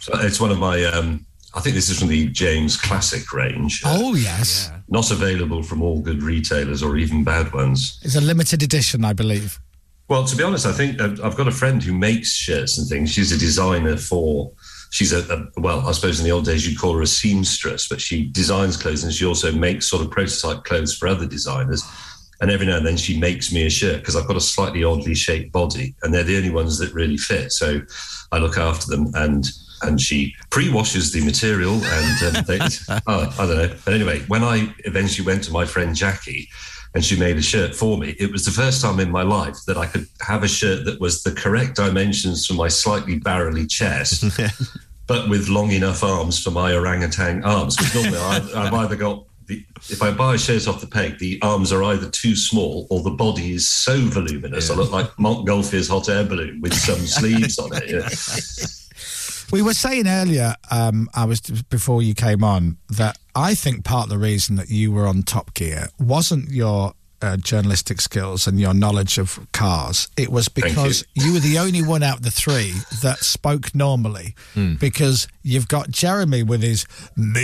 S17: So it's one of my. Um, I think this is from the James Classic range.
S3: Oh yes,
S17: Not available from all good retailers or even bad ones.
S3: it's a limited edition, I believe.
S17: Well, to be honest, I think uh, I've got a friend who makes shirts and things. She's a designer for. She's a, a well, I suppose in the old days you'd call her a seamstress, but she designs clothes and she also makes sort of prototype clothes for other designers. And every now and then she makes me a shirt because I've got a slightly oddly shaped body, and they're the only ones that really fit. So I look after them, and and she pre-washes the material, and um, they, oh, I don't know. But anyway, when I eventually went to my friend Jackie, and she made a shirt for me. It was the first time in my life that I could have a shirt that was the correct dimensions for my slightly barrelly chest, but with long enough arms for my orangutan arms. Because normally I, I've either got the, if I buy a shirt off the peg, the arms are either too small or the body is so voluminous. I look like Montgolfier's hot air balloon with some sleeves on it. you know.
S3: We were saying earlier, um, I was before you came on, that I think part of the reason that you were on Top Gear wasn't your uh, journalistic skills and your knowledge of cars. It was
S18: Thank you.
S3: because you. were the only one out of the three that spoke normally.
S18: Hmm.
S3: Because you've got Jeremy with his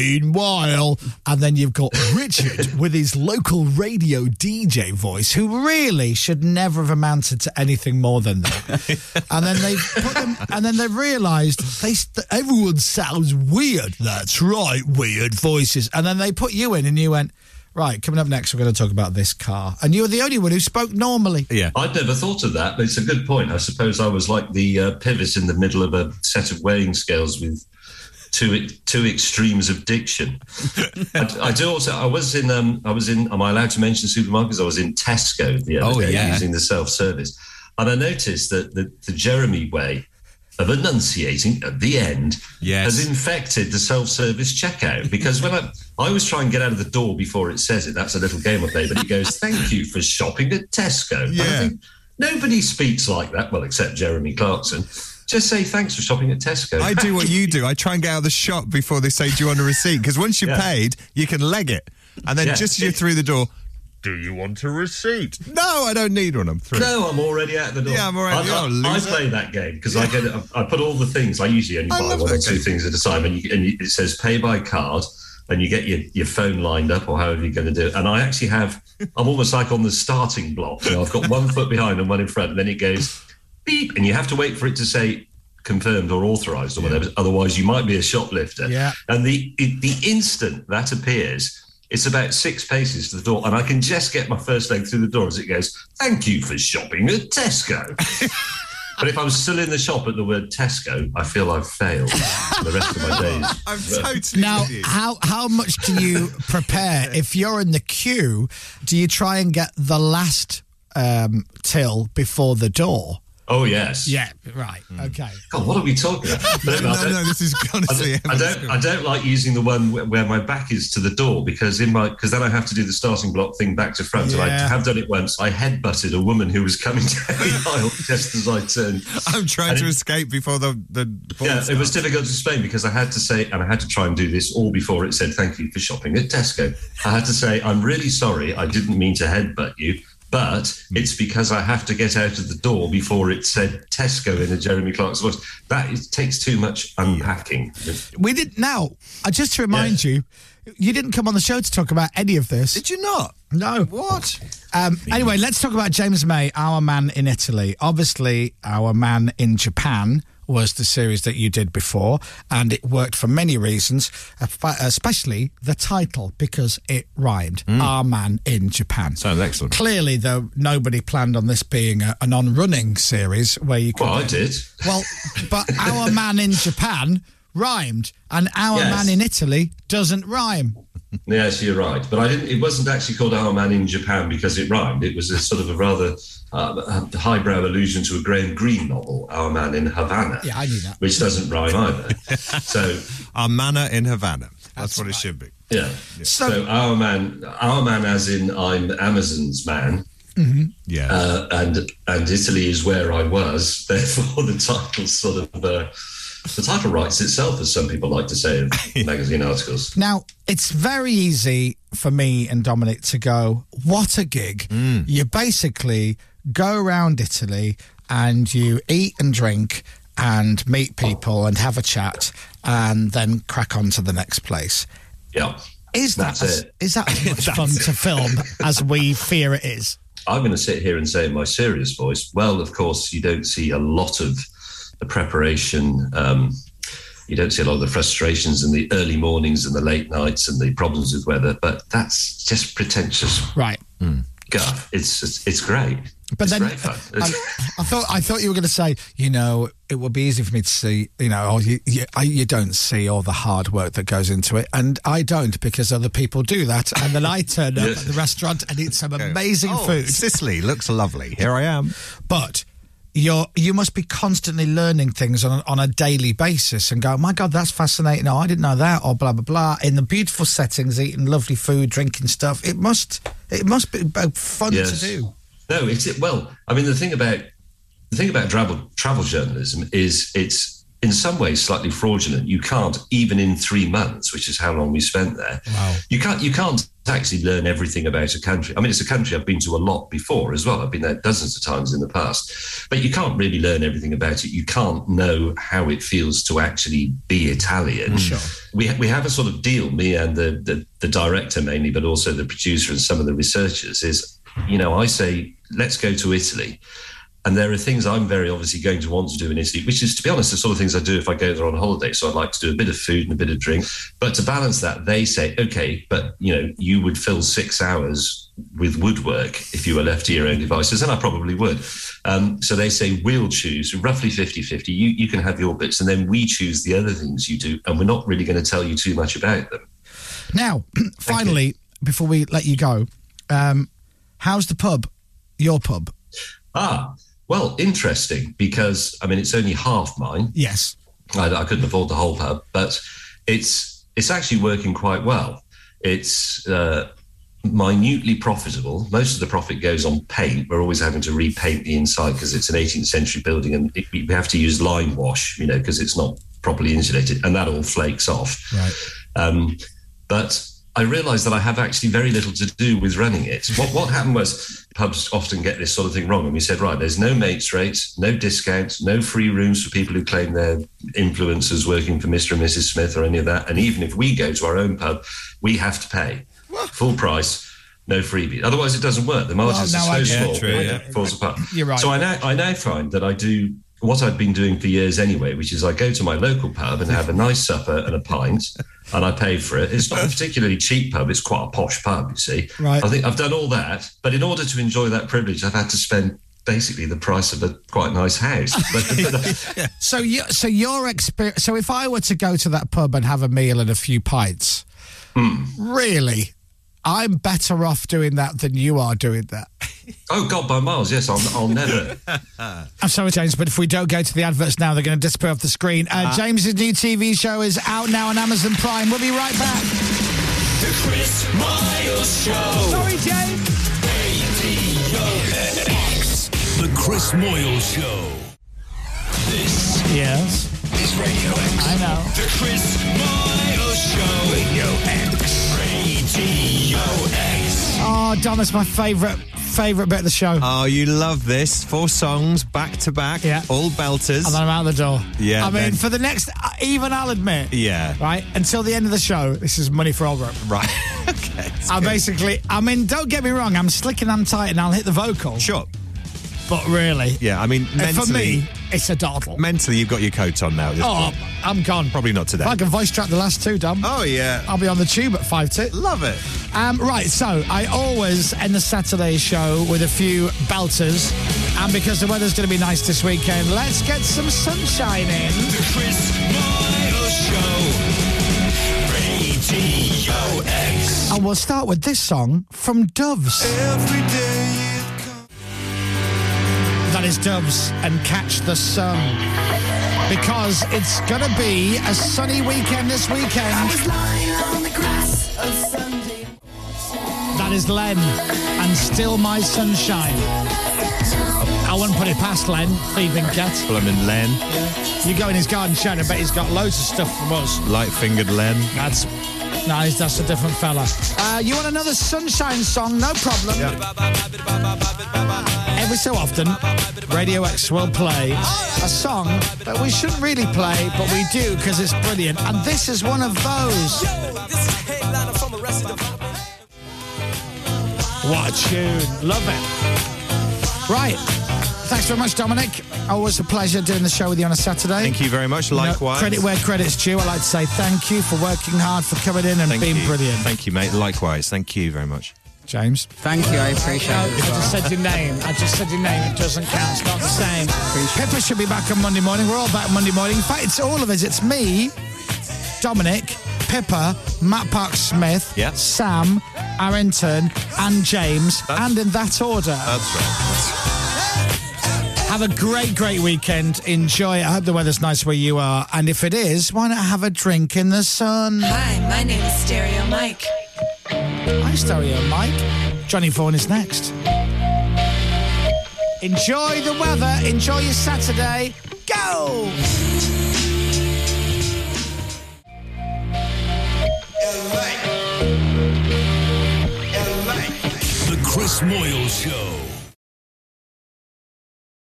S3: meanwhile, and then you've got Richard with his local radio DJ voice, who really should never have amounted to anything more than that. and then they put them, and then they realised they st- everyone sounds weird. That's right, weird voices. And then they put you in, and you went. Right, coming up next, we're going to talk about this car. And you were the only one who spoke normally.
S5: Yeah.
S17: I'd never thought of that, but it's a good point. I suppose I was like the uh, pivot in the middle of a set of weighing scales with two two extremes of diction. I, I do also. I was in. Um, I was in. Am I allowed to mention supermarkets? I was in Tesco the other
S5: Oh,
S17: day
S5: yeah.
S17: using the self service, and I noticed that the, the Jeremy way of enunciating at the end has infected the self-service checkout because when I, I always try and get out of the door before it says it that's a little game I play but it goes thank you for shopping at Tesco And I think nobody speaks like that well except Jeremy Clarkson just say thanks for shopping at Tesco
S5: I do what you do. I try and get out of the shop before they say, Do you want a receipt? Because once you've
S17: Yeah.
S5: paid, you can leg it. And then
S17: Yeah.
S5: just as you're through the door, Do you want a receipt? No, I don't need one. I'm through.
S17: No, I'm already out the door.
S5: Yeah, I'm already
S17: I,
S5: out.
S17: I, I
S5: loser.
S17: play that game because I get I put all the things. I usually only
S5: I
S17: buy
S5: love
S17: one or
S5: that
S17: two things at a time, and, you, and you, it says pay by card, and you get your, your phone lined up or however you're going to do it. And I actually have I'm almost like on the starting block. You know, I've got one foot behind and one in front, and then it goes beep, and you have to wait for it to say confirmed or authorized or whatever. Otherwise, you might be a shoplifter.
S3: Yeah.
S17: And the it, the instant that appears, it's about six paces to the door, and I can just get my first leg through the door as it goes. Thank you for shopping at Tesco. but if I'm still in the shop at the word Tesco, I feel I've failed for the rest of my days. I'm
S3: now, how how much do you prepare if you're in the queue? Do you try and get the last um, till before the door?
S17: Oh yes.
S3: Yeah. Right. Okay.
S17: God, what are we talking about?
S3: No,
S17: I
S3: no,
S17: don't-
S3: no, this is honestly
S17: I don't, I don't. I don't like using the one where- where my back is to the door because in my because then I have to do the starting block thing back to front. And I
S5: Yeah.
S17: have done it once. I headbutted a woman who was coming down the aisle just as I turned.
S5: I'm trying
S17: And
S5: to
S17: it-
S5: escape before the. the ball
S17: yeah, it was
S5: starts.
S17: difficult to explain because I had to say, and I had to try and do this all before it said thank you for shopping at Tesco. I had to say, I'm really sorry, I didn't mean to headbutt you, but it's because I have to get out of the door before it said Tesco in a Jeremy Clark's voice. That is, takes too much unpacking.
S3: We didn't. Now, uh, just to remind you, you didn't come on the show to talk about any of this. Did
S5: you not?
S3: No.
S5: What?
S3: Um, anyway, let's talk about James May, our man in Italy. Obviously, our man in Japan was the series that you did before, and it worked for many reasons, espe- especially the title because it rhymed. Our man in Japan
S5: Mm. sounds excellent.
S3: Clearly, though, nobody planned on this being a, an on-running series where you. Could
S17: Well, I did.
S3: Well, but our man in Japan rhymed, and our
S17: Yes.
S3: man in Italy doesn't rhyme.
S17: Yes, you're right. But I didn't. It wasn't actually called Our Man in Japan because it rhymed. It was a sort of a rather uh, highbrow allusion to a Graham Greene novel, Our Man in Havana,
S3: Yeah, I knew that.
S17: which doesn't rhyme either. so
S5: Our manor in Havana. That's, what it should be.
S17: Yeah.
S5: So-
S17: So, our man, our man, as in I'm Amazon's man.
S5: Mm-hmm. Yeah.
S17: Uh, and and Italy is where I was. Therefore, the title sort of uh, the title writes itself, as some people like to say in magazine articles.
S3: Now, it's very easy for me and Dominic to go, what a gig.
S17: Mm.
S3: You basically go around Italy and you eat and drink and meet people and have a chat and then crack on to the next place.
S17: Yeah.
S3: Is that
S17: That's
S3: as,
S17: it.
S3: is that as much fun to film as we fear it is?
S17: I'm going to sit here and say in my serious voice, well, of course, you don't see a lot of the preparation. Um, you don't see a lot of the frustrations and the early mornings and the late nights and the problems with weather, but that's just pretentious
S3: Right.
S17: guff. It's it's, it's great.
S3: But
S17: it's
S3: then-
S17: great fun.
S3: I,
S17: It's-
S3: I thought I thought you were going to say, you know, it would be easy for me to see, you know, oh, you, you, I, you don't see all the hard work that goes into it, and I don't because other people do that, and then I turn up
S5: Yes.
S3: at the restaurant and eat some amazing
S5: Oh,
S3: food.
S5: Sicily looks lovely. Here I am.
S3: But you're you must be constantly learning things on on a daily basis and go, my God, that's fascinating. Oh, I didn't know that. Or blah blah blah. In the beautiful settings, eating lovely food, drinking stuff. It must it must be uh, fun
S17: Yes.
S3: to do.
S17: No, it's well. I mean, the thing about the thing about travel travel journalism is it's in some ways slightly fraudulent. You can't even in three months, which is how long we spent there. You can't you can't actually learn everything about a country. I mean, it's a country I've been to a lot before as well. I've been there dozens of times in the past, but you can't really learn everything about it. You can't know how it feels to actually be Italian.
S15: Sure.
S17: We we have a sort of deal, me and the the, the director mainly, but also the producer and some of the researchers. Is you know I say let's go to Italy. And there are things I'm very obviously going to want to do in Italy, which is, to be honest, the sort of things I do if I go there on holiday. So I'd like to do a bit of food and a bit of drink. But to balance that, they say, okay, but you know, you would fill six hours with woodwork if you were left to your own devices. And I probably would. Um, so they say, we'll choose roughly 50 50. You, you can have your bits. And then we choose the other things you do. And we're not really going to tell you too much about them.
S3: Now, finally, before we let you go, um, how's the pub? Your pub?
S17: Ah, well, interesting because I mean it's only half mine.
S3: Yes.
S17: I, I couldn't afford the whole pub, but it's it's actually working quite well. It's uh, minutely profitable. Most of the profit goes on paint. We're always having to repaint the inside because it's an 18th century building, and it, we have to use lime wash, you know, because it's not properly insulated, and that all flakes off.
S15: Right.
S17: Um, but I realised that I have actually very little to do with running it. What, what happened was pubs often get this sort of thing wrong, and we said, right, there's no mates rates, no discounts, no free rooms for people who claim they're influencers working for Mr. and Mrs. Smith or any of that. And even if we go to our own pub, we have to pay full price, no freebie. Otherwise, it doesn't work. The margins
S15: Well, no,
S17: are
S15: I
S17: so
S15: get it.
S17: small,
S15: Yeah, true,
S17: it
S15: yeah.
S17: falls apart.
S15: You're right.
S17: So I now I now find that I do what I've been doing for years anyway, which is I go to my local pub and have a nice supper and a pint, and I pay for it. It's not a particularly cheap pub; it's quite a posh pub, you see.
S15: Right.
S17: I think I've done all that, but in order to enjoy that privilege, I've had to spend basically the price of a quite nice house. But,
S3: So you, so your experience. So if I were to go to that pub and have a meal and a few pints, really, I'm better off doing that than you are doing that.
S17: oh God, by miles, yes, I'll, I'll never.
S3: I'm sorry, James, but if we don't go to the adverts now, they're going to disappear off the screen. Uh,
S17: Ah.
S3: James's new TV show is out now on Amazon Prime. We'll be right back.
S15: The Chris Miles Show. Sorry, James. Radio X.
S2: The Chris Moyle Show.
S15: This
S3: Yes.
S15: is Radio X. I know. The Chris Miles Show. Radio X. Radio X.
S3: Oh, Don, that's my favourite favourite bit of the show.
S5: Oh, you love this. Four songs back to back, all belters.
S3: And then I'm out the door.
S5: Yeah,
S3: I mean,
S5: then-
S3: for the next, even I'll admit,
S5: Yeah.
S3: right until the end of the show, this is money for all group.
S5: Right. okay.
S3: I basically, I mean, don't get me wrong, I'm slick and I'm tight, and I'll hit the vocal.
S5: Sure.
S3: But really,
S5: Yeah, I mean,
S3: and
S5: mentally,
S3: for me, it's a dawdle.
S5: mentally, you've got your coat on now. at this
S3: Oh,
S5: point.
S3: I'm gone.
S5: Probably not today.
S3: If I can voice track the last two, Dom.
S5: Oh, yeah.
S3: I'll be on the tube at five two.
S5: Love it.
S3: Um, right, so I always end the Saturday show with a few belters, and because the weather's going to be nice this weekend, let's get some sunshine in.
S15: The Chris Miles Show. Radio X.
S3: And we'll start with this song from Doves. That is Doves and Catch the Sun. Because it's going to be a sunny weekend this weekend. That is Len and Still My Sunshine. I wouldn't put it past Len, thieving cat.
S5: Bloomin' Len.
S3: You go in his garden shed, I bet he's got loads of stuff from us.
S5: Light fingered Len.
S3: That's nice. That's a different fella. Uh, you want another sunshine song? No problem. Every so often, Radio X will play a song that we shouldn't really play, but we do because it's brilliant. And this is one of those. What a tune. Love it. Right. Thanks very much, Dominic. Always a pleasure doing the show with you on a Saturday.
S5: Thank you very much.
S3: You know,
S5: Likewise.
S3: credit where credit's due. I'd like to say thank you for working hard, for coming in and
S5: Thank
S3: being
S5: you.
S3: brilliant.
S5: Thank you, mate. Likewise. Thank you very much.
S3: James.
S4: Thank you, I appreciate
S3: No,
S4: it.
S3: I just said your name. I just said your name. It doesn't count. It's not the same. Pippa should be back on Monday morning. We're all back Monday morning. In fact, it's all of us. It's me, Dominic, Pippa, Matt Park Smith,
S5: Yeah.
S3: Sam, Arrington, and James, and in that order.
S5: That's right.
S3: Have a great, great weekend. Enjoy. it. I hope the weather's nice where you are. And if it is, why not have a drink in the sun?
S7: Hi, my name is Stereo Mike.
S3: Hi, Stereo Mike. Johnny Vaughan is next. Enjoy the weather. Enjoy your Saturday. Go!
S1: Chris Moyle Show.